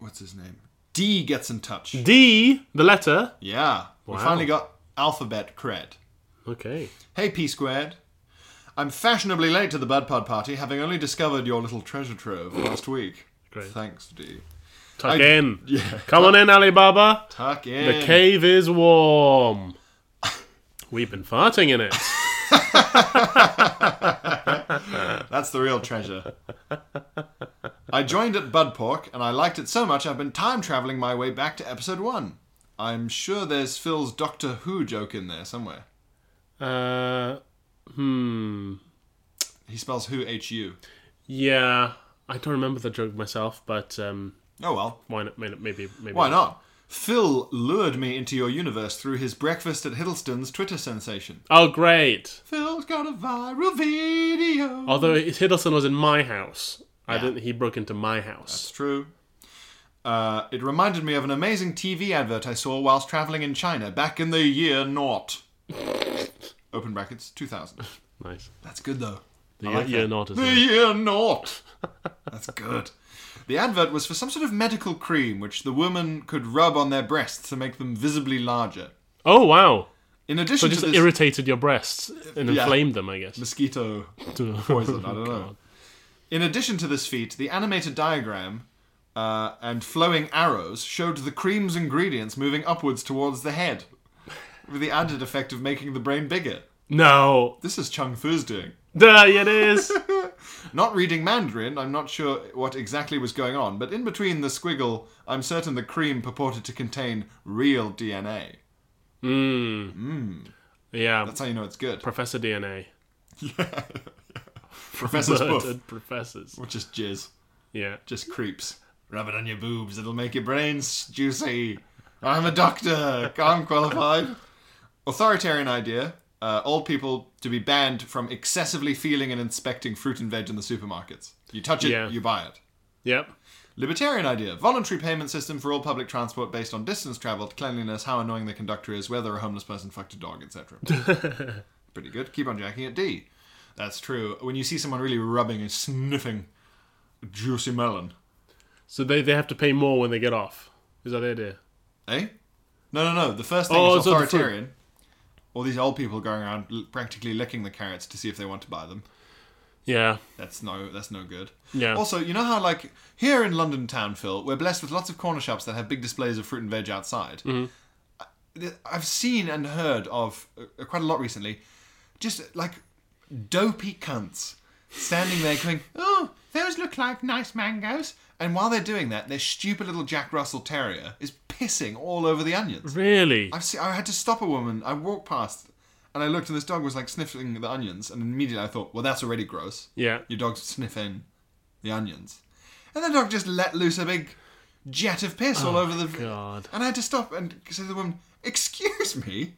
[SPEAKER 2] what's his name? D gets in touch.
[SPEAKER 3] D, the letter.
[SPEAKER 2] Yeah, we
[SPEAKER 3] Wow.
[SPEAKER 2] finally got alphabet cred.
[SPEAKER 3] Okay.
[SPEAKER 2] Hey, P squared. I'm fashionably late to the Bud Pod party, having only discovered your little treasure trove last week.
[SPEAKER 3] Great.
[SPEAKER 2] Thanks, D.
[SPEAKER 3] Tuck
[SPEAKER 2] I-
[SPEAKER 3] in. Come on in, Alibaba.
[SPEAKER 2] Tuck in.
[SPEAKER 3] The cave is warm. We've been farting in it.
[SPEAKER 2] That's the real treasure. I joined at Bud Pork, and I liked it so much I've been time traveling my way back to episode one. I'm sure there's Phil's Doctor Who joke in there somewhere.
[SPEAKER 3] Uh, hmm.
[SPEAKER 2] He spells Who H U.
[SPEAKER 3] Yeah, I don't remember the joke myself, but um,
[SPEAKER 2] Oh well.
[SPEAKER 3] why not? Maybe, maybe, maybe
[SPEAKER 2] Why not? Phil lured me into your universe through his breakfast at Hiddleston's Twitter sensation.
[SPEAKER 3] Oh, great!
[SPEAKER 2] Phil's got a viral video.
[SPEAKER 3] Although Hiddleston was in my house, I didn't. He broke into my house.
[SPEAKER 2] It's true. Uh, it reminded me of an amazing TV advert I saw whilst traveling in China back in the year naught. Open brackets, 2000.
[SPEAKER 3] nice.
[SPEAKER 2] That's good though.
[SPEAKER 3] The year, year not is
[SPEAKER 2] The
[SPEAKER 3] in it.
[SPEAKER 2] year naught. That's good. The advert was for some sort of medical cream which the woman could rub on their breasts to make them visibly larger.
[SPEAKER 3] Oh wow!
[SPEAKER 2] In addition
[SPEAKER 3] So it just
[SPEAKER 2] to this
[SPEAKER 3] irritated your breasts and
[SPEAKER 2] Yeah.
[SPEAKER 3] inflamed them, I guess.
[SPEAKER 2] mosquito poison, I don't know. In addition to this feat, the animated diagram uh, and flowing arrows showed the cream's ingredients moving upwards towards the head, with the added effect of making the brain bigger.
[SPEAKER 3] No,
[SPEAKER 2] This is Chung Fu's doing.
[SPEAKER 3] there it is.
[SPEAKER 2] Not reading Mandarin, I'm not sure what exactly was going on, but in between the squiggle, I'm certain the cream purported to contain real DNA.
[SPEAKER 3] yeah,
[SPEAKER 2] That's how you know it's good.
[SPEAKER 3] Professor DNA.
[SPEAKER 2] Professor's Puff,
[SPEAKER 3] Murdered professors.
[SPEAKER 2] which is jizz,
[SPEAKER 3] Yeah.
[SPEAKER 2] just creeps. Rub it on your boobs, it'll make your brains juicy. I'm a doctor, I'm qualified. Authoritarian idea. Uh, old people to be banned from excessively feeling and inspecting fruit and veg in the supermarkets. You touch it,
[SPEAKER 3] Yeah.
[SPEAKER 2] you buy it.
[SPEAKER 3] Yep.
[SPEAKER 2] Libertarian idea. Voluntary payment system for all public transport based on distance travelled, cleanliness, how annoying the conductor is, whether a homeless person fucked a dog, etc. Pretty good. Keep on jacking it. D. That's true. When you see someone really rubbing and sniffing a juicy melon.
[SPEAKER 3] So they, they have to pay more when they get off. Is that the idea?
[SPEAKER 2] Eh? No, no, no. The first thing
[SPEAKER 3] Oh,
[SPEAKER 2] is
[SPEAKER 3] so the fruit.
[SPEAKER 2] authoritarian. all these old people going around l- practically licking the carrots to see if they want to buy them.
[SPEAKER 3] Yeah.
[SPEAKER 2] That's no, that's no good.
[SPEAKER 3] Yeah.
[SPEAKER 2] Also, you know how like here in London town, Phil, we're blessed with lots of corner shops that have big displays of fruit and veg outside.
[SPEAKER 3] Mm-hmm.
[SPEAKER 2] I- I've seen and heard of uh, quite a lot recently, just like dopey cunts standing there going, "Oh, those look like nice mangoes," and while they're doing that, their stupid little Jack Russell Terrier is pissing all over the
[SPEAKER 3] Mm-hmm.
[SPEAKER 2] onions.
[SPEAKER 3] Really?
[SPEAKER 2] I've seen, I had to stop a woman. I walked past. And I looked, and this dog was like sniffing the onions, and immediately I thought, well, that's already gross
[SPEAKER 3] Yeah.
[SPEAKER 2] your dog's sniffing the onions. And the dog just let loose a big jet of piss all over the.
[SPEAKER 3] Oh God.
[SPEAKER 2] And I had to stop and say to the woman, Excuse me?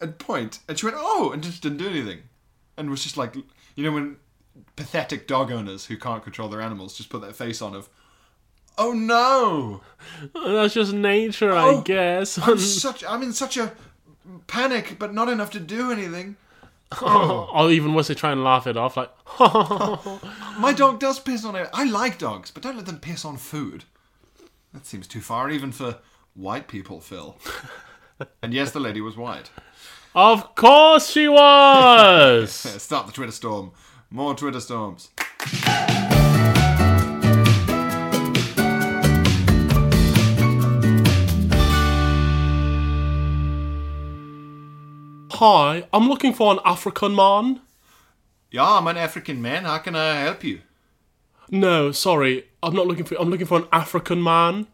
[SPEAKER 2] And point. And she went, Oh! And just didn't do anything. And was just like, you know, when pathetic dog owners who can't control their animals just put that face on of, Oh no!
[SPEAKER 3] Oh, That's just nature,
[SPEAKER 2] Oh,
[SPEAKER 3] I guess.
[SPEAKER 2] I'm, such, I'm in such a panic, but not enough to do anything.
[SPEAKER 3] or even worse, they try and laugh it off, like,
[SPEAKER 2] My dog does piss on it. I like dogs, but don't let them piss on food. That seems too far, even for white people, Phil. and yes, the lady was white.
[SPEAKER 3] of course she was.
[SPEAKER 2] Uh, Start the Twitter storm. More Twitter storms.
[SPEAKER 3] Hi, I'm looking for an African man.
[SPEAKER 2] Yeah, I'm an African man. How can I help you?
[SPEAKER 3] No, sorry, I'm not looking for. I'm looking for an African man.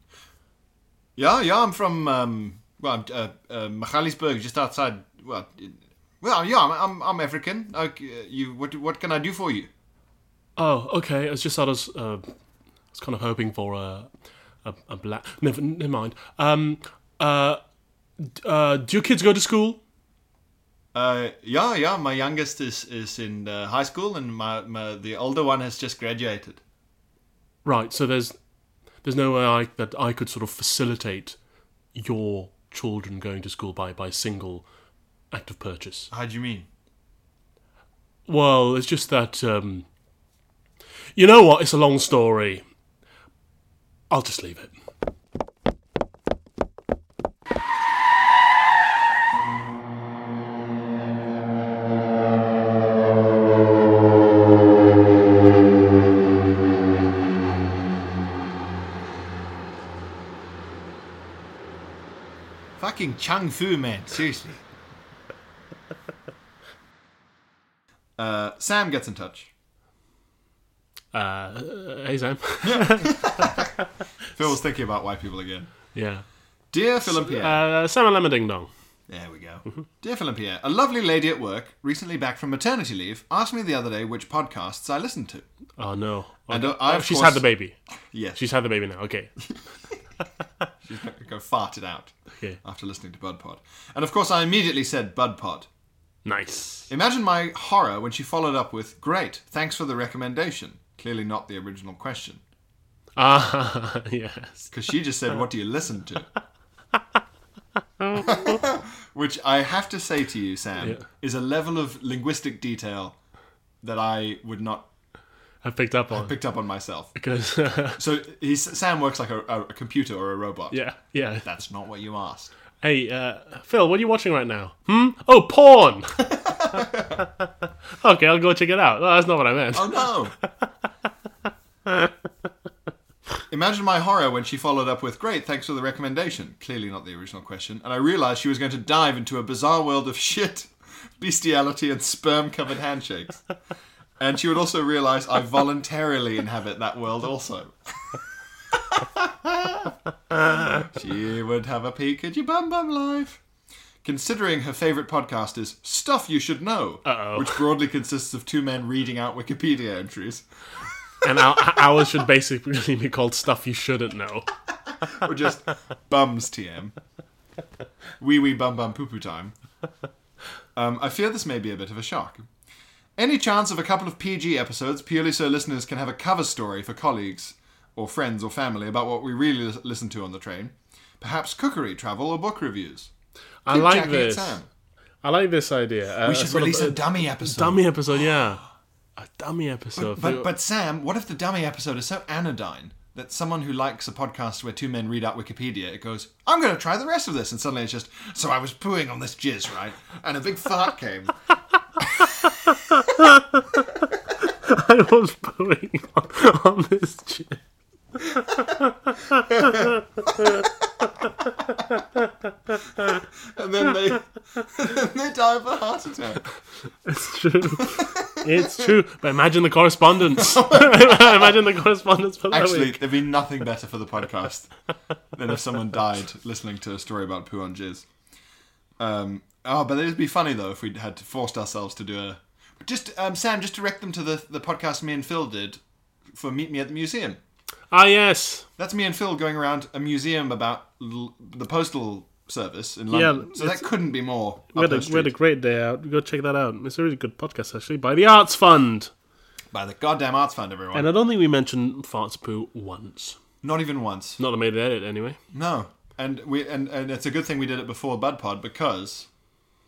[SPEAKER 2] Yeah, yeah, I'm from um, well, I'm, uh, uh, Michalisburg, just outside. Well, in- well, yeah, I'm, I'm, I'm African. Okay, uh, you, what, what can I do for you?
[SPEAKER 3] Oh, okay. It's just that I was, uh, I was kind of hoping for a, a, a black. Never, never mind. Um, uh, d- uh, do your kids go to school?
[SPEAKER 2] Uh, yeah, yeah, my youngest is is in uh, high school, and my, my the older one has just graduated.
[SPEAKER 3] Right. So there's, there's no way I, that I could sort of facilitate your children going to school by by a single act of purchase.
[SPEAKER 2] How do you mean?
[SPEAKER 3] Well, it's just that. Um, you know what? It's a long story. I'll just leave it.
[SPEAKER 2] Fucking Chang Fu, man. Seriously. uh, Sam gets in touch.
[SPEAKER 3] Uh, hey Sam.
[SPEAKER 2] Phil was thinking about white people again.
[SPEAKER 3] yeah.
[SPEAKER 2] Dear Phil and Pierre.
[SPEAKER 3] Uh, Sam and Lemma Ding Dong.
[SPEAKER 2] There we go. Dear Phil and Pierre, a lovely lady at work, recently back from maternity leave, asked me the other day which podcasts I listened to.
[SPEAKER 3] Oh no.
[SPEAKER 2] And, uh,
[SPEAKER 3] Okay.
[SPEAKER 2] I,
[SPEAKER 3] Oh,
[SPEAKER 2] of
[SPEAKER 3] she's
[SPEAKER 2] course-
[SPEAKER 3] had the baby.
[SPEAKER 2] Yes.
[SPEAKER 3] She's had the baby now. Okay.
[SPEAKER 2] She's going to go fart it out
[SPEAKER 3] Okay.
[SPEAKER 2] after listening to Bud Pod. And of course, I immediately said Bud Pod.
[SPEAKER 3] Nice.
[SPEAKER 2] Imagine my horror when she followed up with, Great, thanks for the recommendation. Clearly not the original question.
[SPEAKER 3] Ah, yes.
[SPEAKER 2] because she just said, "What do you listen to?" Which I have to say to you, Sam,
[SPEAKER 3] Yeah.
[SPEAKER 2] is a level of linguistic detail that I would not
[SPEAKER 3] I picked up on
[SPEAKER 2] Picked up on myself.
[SPEAKER 3] because
[SPEAKER 2] So he's, Sam works like a, a, a computer or a robot.
[SPEAKER 3] yeah, yeah.
[SPEAKER 2] That's not what you asked.
[SPEAKER 3] Hey, uh, Phil, what are you watching right now? Hmm? Oh, porn. okay, I'll go check it out. No, that's not what I meant.
[SPEAKER 2] Oh no! Imagine my horror when she followed up with, Great, thanks for the recommendation. Clearly not the original question. And I realised she was going to dive into a bizarre world of shit, bestiality, and sperm covered handshakes. And she would also realise I voluntarily inhabit that world also. she would have a peek at your bum bum life. Considering her favourite podcast is Stuff You Should Know, which broadly consists of two men reading out Wikipedia entries.
[SPEAKER 3] And our, ours should basically be called Stuff You Shouldn't Know.
[SPEAKER 2] or just bums TM. Wee wee bum bum poo poo time. Um, I fear this may be a bit of a shock. Any chance of a couple of PG episodes purely so listeners can have a cover story for colleagues or friends or family about what we really lis- listen to on the train? Perhaps cookery, travel, or book reviews.
[SPEAKER 3] I
[SPEAKER 2] Keep
[SPEAKER 3] like
[SPEAKER 2] Jackie and
[SPEAKER 3] this.
[SPEAKER 2] Sam.
[SPEAKER 3] I like this idea. Uh,
[SPEAKER 2] We should
[SPEAKER 3] sort of
[SPEAKER 2] release
[SPEAKER 3] a
[SPEAKER 2] a dummy episode.
[SPEAKER 3] dummy episode, yeah. A dummy episode.
[SPEAKER 2] But, but Sam, what if the dummy episode is so anodyne that someone who likes a podcast where two men read out Wikipedia, it goes, I'm going to try the rest of this. And suddenly it's just, so I was pooing on this jizz, right? And a big fart came.
[SPEAKER 3] I was pulling on, on this chair.
[SPEAKER 2] And then they, then they die of a heart attack.
[SPEAKER 3] It's true. It's true. But imagine the correspondence. imagine the correspondence for that
[SPEAKER 2] Actually,
[SPEAKER 3] week.
[SPEAKER 2] there'd be nothing better for the podcast than if someone died listening to a story about poo on jizz. Um, oh, but it'd be funny though if we had forced ourselves to do a. Just um, Sam, just direct them to the the podcast me and Phil did for Meet Me at the Museum.
[SPEAKER 3] Ah, yes.
[SPEAKER 2] That's me and Phil going around a museum about l- the postal service in London. so that couldn't be more.
[SPEAKER 3] We
[SPEAKER 2] up
[SPEAKER 3] had, a,
[SPEAKER 2] her
[SPEAKER 3] we had a
[SPEAKER 2] street.
[SPEAKER 3] great day out. Go check that out. It's a really good podcast, actually, by the Arts Fund.
[SPEAKER 2] By the goddamn arts fund, everyone.
[SPEAKER 3] And I don't think we mentioned farts poo once.
[SPEAKER 2] Not even once.
[SPEAKER 3] Not that I made the edit, anyway.
[SPEAKER 2] No, and we and, and it's a good thing we did it before Bud Pod because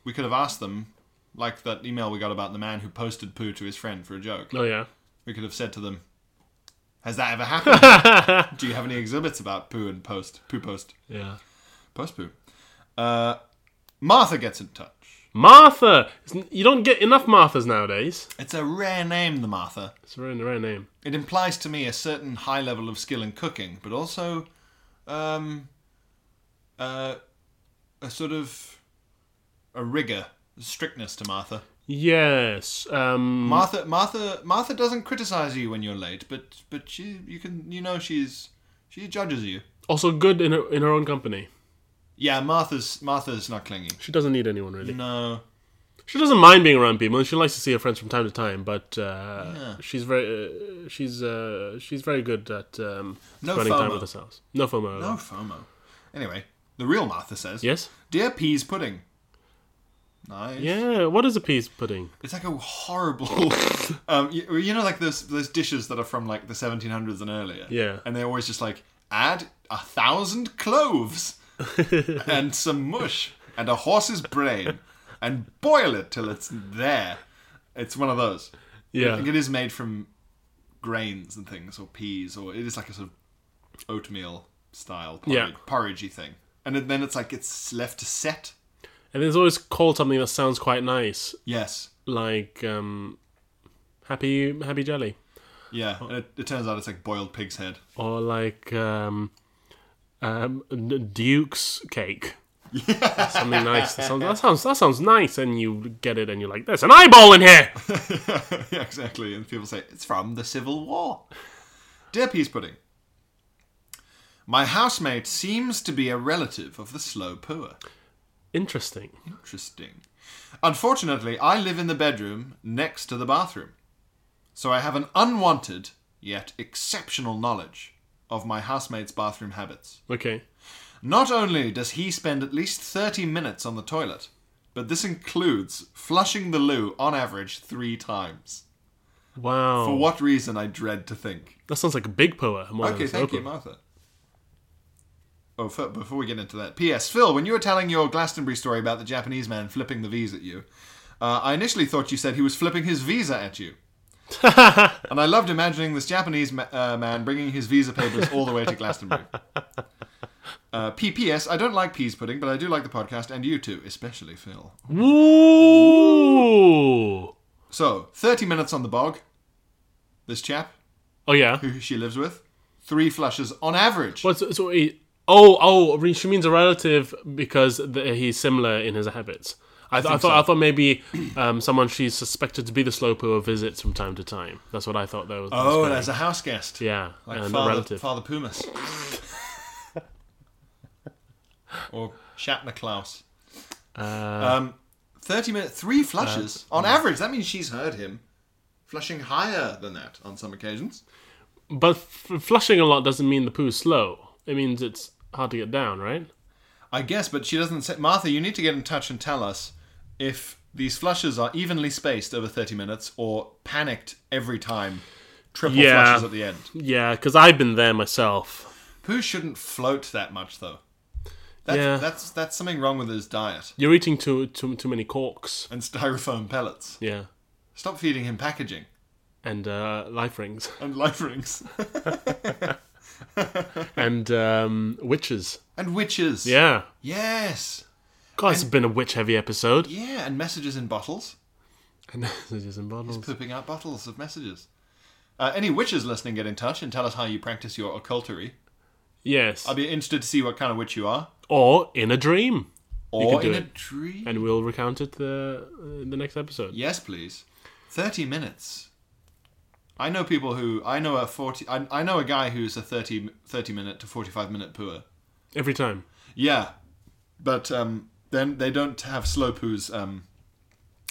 [SPEAKER 2] we could have asked them, like that email we got about the man who posted poo to his friend for a joke.
[SPEAKER 3] Oh, yeah.
[SPEAKER 2] We could have said to them, "Has that ever happened? Do you have any exhibits about poo and post poo post
[SPEAKER 3] Yeah.
[SPEAKER 2] post poo?" Uh, Martha gets in touch.
[SPEAKER 3] Martha! It's- You don't get enough Marthas nowadays.
[SPEAKER 2] It's a rare name, the Martha.
[SPEAKER 3] It's a rare, rare name.
[SPEAKER 2] It implies to me a certain high level of skill in cooking, but also um, uh, a sort of a rigor, strictness to Martha.
[SPEAKER 3] Yes. Um,
[SPEAKER 2] Martha, Martha, Martha doesn't criticize you when you're late, but but she, you can, you know, she's she judges you.
[SPEAKER 3] also good in her, in her own company.
[SPEAKER 2] Yeah, Martha's Martha's not clingy.
[SPEAKER 3] She doesn't need anyone, really.
[SPEAKER 2] No,
[SPEAKER 3] She doesn't mind being around people, and she likes to see her friends from time to time. But uh, she's very, uh, she's uh, she's very good at um,
[SPEAKER 2] No
[SPEAKER 3] spending time
[SPEAKER 2] FOMO.
[SPEAKER 3] with herself. No FOMO. at
[SPEAKER 2] no
[SPEAKER 3] all.
[SPEAKER 2] FOMO. Anyway, the real Martha says,
[SPEAKER 3] Yes.
[SPEAKER 2] dear peas pudding." Nice.
[SPEAKER 3] Yeah. What is a peas pudding?
[SPEAKER 2] It's like a horrible, um, you, you know, like those those dishes that are from like the 1700s and earlier.
[SPEAKER 3] Yeah.
[SPEAKER 2] and they're always just like add a thousand cloves and some mush and a horse's brain and boil it till it's there. It's one of those. I
[SPEAKER 3] Yeah.
[SPEAKER 2] think it is made from grains and things or peas or it is like a sort of oatmeal style
[SPEAKER 3] Yeah.
[SPEAKER 2] porridge, porridgey thing. And then it's like it's left to set.
[SPEAKER 3] And there's always called something that sounds quite nice,
[SPEAKER 2] Yes.
[SPEAKER 3] like um, happy happy jelly,
[SPEAKER 2] Yeah. And it, it turns out it's like boiled pig's head.
[SPEAKER 3] or like um, um, n- Duke's cake. something nice. That sounds, that sounds that sounds nice, and you get it, and you're like, "There's an eyeball in here."
[SPEAKER 2] yeah, exactly. And people say, it's from the Civil War. Dear Peas Pudding, my housemate seems to be a relative of the slow pooer.
[SPEAKER 3] Interesting.
[SPEAKER 2] Interesting. Unfortunately, I live in the bedroom next to the bathroom. So I have an unwanted, yet exceptional knowledge of my housemate's bathroom habits.
[SPEAKER 3] Okay.
[SPEAKER 2] Not only does he spend at least 30 minutes on the toilet, but this includes flushing the loo on average three times.
[SPEAKER 3] Wow.
[SPEAKER 2] For what reason, I dread to think.
[SPEAKER 3] That sounds like a big power. more than
[SPEAKER 2] Okay,
[SPEAKER 3] a
[SPEAKER 2] thank you,
[SPEAKER 3] local.
[SPEAKER 2] Martha. Oh, f- before we get into that, P.S. Phil, when you were telling your Glastonbury story about the Japanese man flipping the V's at you, uh, I initially thought you said he was flipping his visa at you. and I loved imagining this Japanese ma- uh, man bringing his visa papers all the way to Glastonbury. Uh, PPS, I don't like peas pudding, but I do like the podcast and you two, especially Phil.
[SPEAKER 3] Woo!
[SPEAKER 2] So, 30 minutes on the bog. This chap,
[SPEAKER 3] Oh yeah.
[SPEAKER 2] who she lives with, three flushes on average.
[SPEAKER 3] What's so? He, oh oh, re- she means a relative because the, he's similar in his habits. I, th- I, thought I thought maybe um, someone she's suspected to be the Slowpoke visits from time to time. That's what I thought that was.
[SPEAKER 2] Oh, there's a house guest.
[SPEAKER 3] yeah,
[SPEAKER 2] Like
[SPEAKER 3] and a
[SPEAKER 2] Father,
[SPEAKER 3] relative.
[SPEAKER 2] Father Pumas. or Shatner Klaus.
[SPEAKER 3] Uh,
[SPEAKER 2] um, 30 minute, three flushes on average. That means she's heard him flushing higher than that on some occasions.
[SPEAKER 3] But f- flushing a lot doesn't mean the poo's slow. It means it's hard to get down, right?
[SPEAKER 2] I guess, but she doesn't say, Martha, you need to get in touch and tell us if these flushes are evenly spaced over 30 minutes or panicked every time. Triple
[SPEAKER 3] Yeah.
[SPEAKER 2] flushes at the end.
[SPEAKER 3] Yeah, because I've been there myself.
[SPEAKER 2] Pooh shouldn't float that much, though. That's,
[SPEAKER 3] Yeah.
[SPEAKER 2] that's, that's something wrong with his diet.
[SPEAKER 3] You're eating too too too many corks.
[SPEAKER 2] and styrofoam pellets.
[SPEAKER 3] Yeah,
[SPEAKER 2] Stop feeding him packaging
[SPEAKER 3] and uh, life rings
[SPEAKER 2] and life rings
[SPEAKER 3] and um, witches.
[SPEAKER 2] and witches.
[SPEAKER 3] Yeah,
[SPEAKER 2] Yes.
[SPEAKER 3] God, it's been a witch heavy episode.
[SPEAKER 2] Yeah, and messages in bottles.
[SPEAKER 3] And messages and bottles.
[SPEAKER 2] Pooping out bottles of messages. Uh, any witches listening, get in touch and tell us how you practice your occultery.
[SPEAKER 3] Yes,
[SPEAKER 2] I'd be interested to see what kind of witch you are,
[SPEAKER 3] or in a dream,
[SPEAKER 2] or
[SPEAKER 3] can
[SPEAKER 2] in
[SPEAKER 3] do
[SPEAKER 2] a
[SPEAKER 3] it.
[SPEAKER 2] dream.
[SPEAKER 3] and we'll recount it the uh, the next episode.
[SPEAKER 2] Yes, please. Thirty minutes. I know people who I know a forty. I, I know a guy who's a 30, 30 minute to forty-five minute pooer.
[SPEAKER 3] Every time.
[SPEAKER 2] Yeah, but um, then they don't have Slowpoo's um,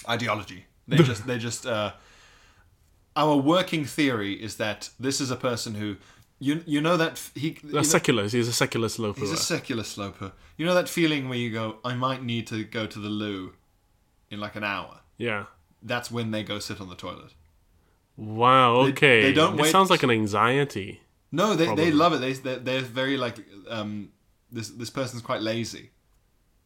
[SPEAKER 2] ideology. They just they just uh, our working theory is that this is a person who you you know that f- he you know-
[SPEAKER 3] A secular. He's a secular sloper.
[SPEAKER 2] he's a secular Slowpoo. You know that feeling where you go, I might need to go to the loo in like an hour.
[SPEAKER 3] yeah.
[SPEAKER 2] That's when they go sit on the toilet.
[SPEAKER 3] Wow.
[SPEAKER 2] They-
[SPEAKER 3] Okay.
[SPEAKER 2] they don't
[SPEAKER 3] it
[SPEAKER 2] wait-
[SPEAKER 3] sounds like an anxiety.
[SPEAKER 2] No, they, they love it. They they're, they're very like um, this this person's quite lazy,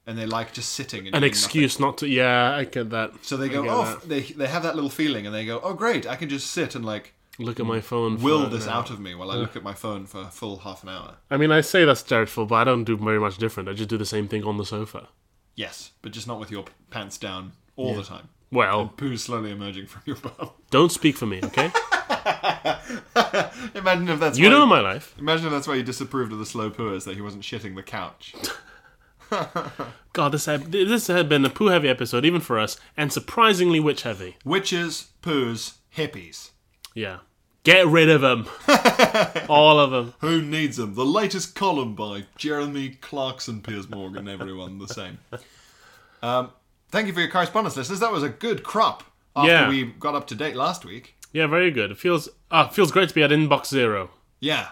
[SPEAKER 2] and they like just sitting. And
[SPEAKER 3] An
[SPEAKER 2] doing nothing.
[SPEAKER 3] excuse not to. Yeah, I get that.
[SPEAKER 2] So they
[SPEAKER 3] I
[SPEAKER 2] go,
[SPEAKER 3] get
[SPEAKER 2] oh,
[SPEAKER 3] that.
[SPEAKER 2] f- they, they have that little feeling, and they go, oh, great, I can just sit and like
[SPEAKER 3] Look at my phone.
[SPEAKER 2] Mm. will
[SPEAKER 3] for
[SPEAKER 2] this
[SPEAKER 3] now.
[SPEAKER 2] out of me while I look at my phone for a full half an hour.
[SPEAKER 3] I mean, I say that's dreadful, but I don't do very much different. I just do the same thing on the sofa.
[SPEAKER 2] Yes, but just not with your p- pants down all the time.
[SPEAKER 3] Well,
[SPEAKER 2] Poo slowly emerging from your bum.
[SPEAKER 3] don't speak for me, okay?
[SPEAKER 2] imagine if that's
[SPEAKER 3] you
[SPEAKER 2] why
[SPEAKER 3] know my life.
[SPEAKER 2] Imagine if that's why you disapproved of the slow pooers that he wasn't shitting the couch.
[SPEAKER 3] God, this had, this had been a poo heavy episode, even for us, and surprisingly witch heavy.
[SPEAKER 2] Witches, poos, hippies.
[SPEAKER 3] Yeah. Get rid of them. All of them.
[SPEAKER 2] Who needs them? The latest column by Jeremy Clarkson, Piers Morgan, everyone the same. Um, thank you for your correspondence, listeners. That was a good crop after
[SPEAKER 3] Yeah.
[SPEAKER 2] we got up to date last week.
[SPEAKER 3] Yeah, very good. It feels ah, it feels great to be at inbox zero
[SPEAKER 2] Yeah.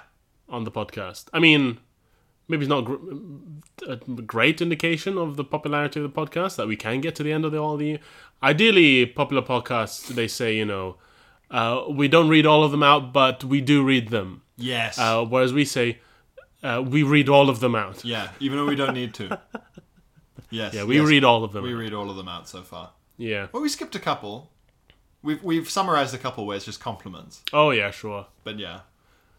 [SPEAKER 3] on the podcast. I mean, maybe it's not gr- a great indication of the popularity of the podcast that we can get to the end of the, all the ideally popular podcasts. They say you know uh, we don't read all of them out, but we do read them.
[SPEAKER 2] Yes.
[SPEAKER 3] Uh, whereas we say uh, we read all of them out.
[SPEAKER 2] yeah, even though we don't need to. Yes.
[SPEAKER 3] Yeah, we
[SPEAKER 2] yes.
[SPEAKER 3] read all of them.
[SPEAKER 2] We
[SPEAKER 3] out.
[SPEAKER 2] read all of them out so far.
[SPEAKER 3] yeah.
[SPEAKER 2] Well, we skipped a couple. We've we've summarized a couple where it's just compliments.
[SPEAKER 3] Oh yeah, sure.
[SPEAKER 2] But yeah.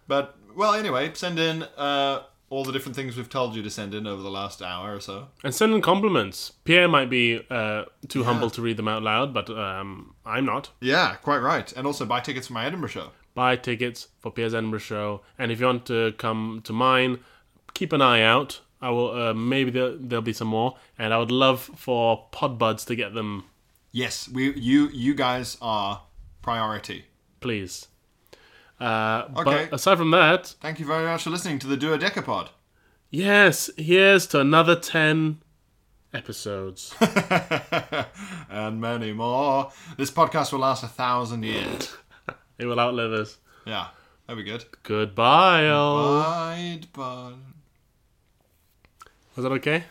[SPEAKER 2] But well, anyway, send in uh, all the different things we've told you to send in over the last hour or so.
[SPEAKER 3] And send in compliments. Pierre might be uh, too humble to read them out loud, but um, I'm not.
[SPEAKER 2] Yeah, quite right. And also buy tickets for my Edinburgh show.
[SPEAKER 3] buy tickets for Piers Edinburgh show. And if you want to come to mine, keep an eye out. I will. Uh, maybe there, there'll be some more, and I would love for Podbuds to get them,
[SPEAKER 2] Yes, we you you guys are priority.
[SPEAKER 3] please. Uh,
[SPEAKER 2] Okay.
[SPEAKER 3] But aside from that,
[SPEAKER 2] Thank you very much for listening to the Duodecapod.
[SPEAKER 3] yes, here's to another ten episodes.
[SPEAKER 2] and many more. This podcast will last a thousand years.
[SPEAKER 3] it will outlive us.
[SPEAKER 2] Yeah, that'd be good. Oh.
[SPEAKER 3] Goodbye, all.
[SPEAKER 2] Bye, bye.
[SPEAKER 3] Was that okay?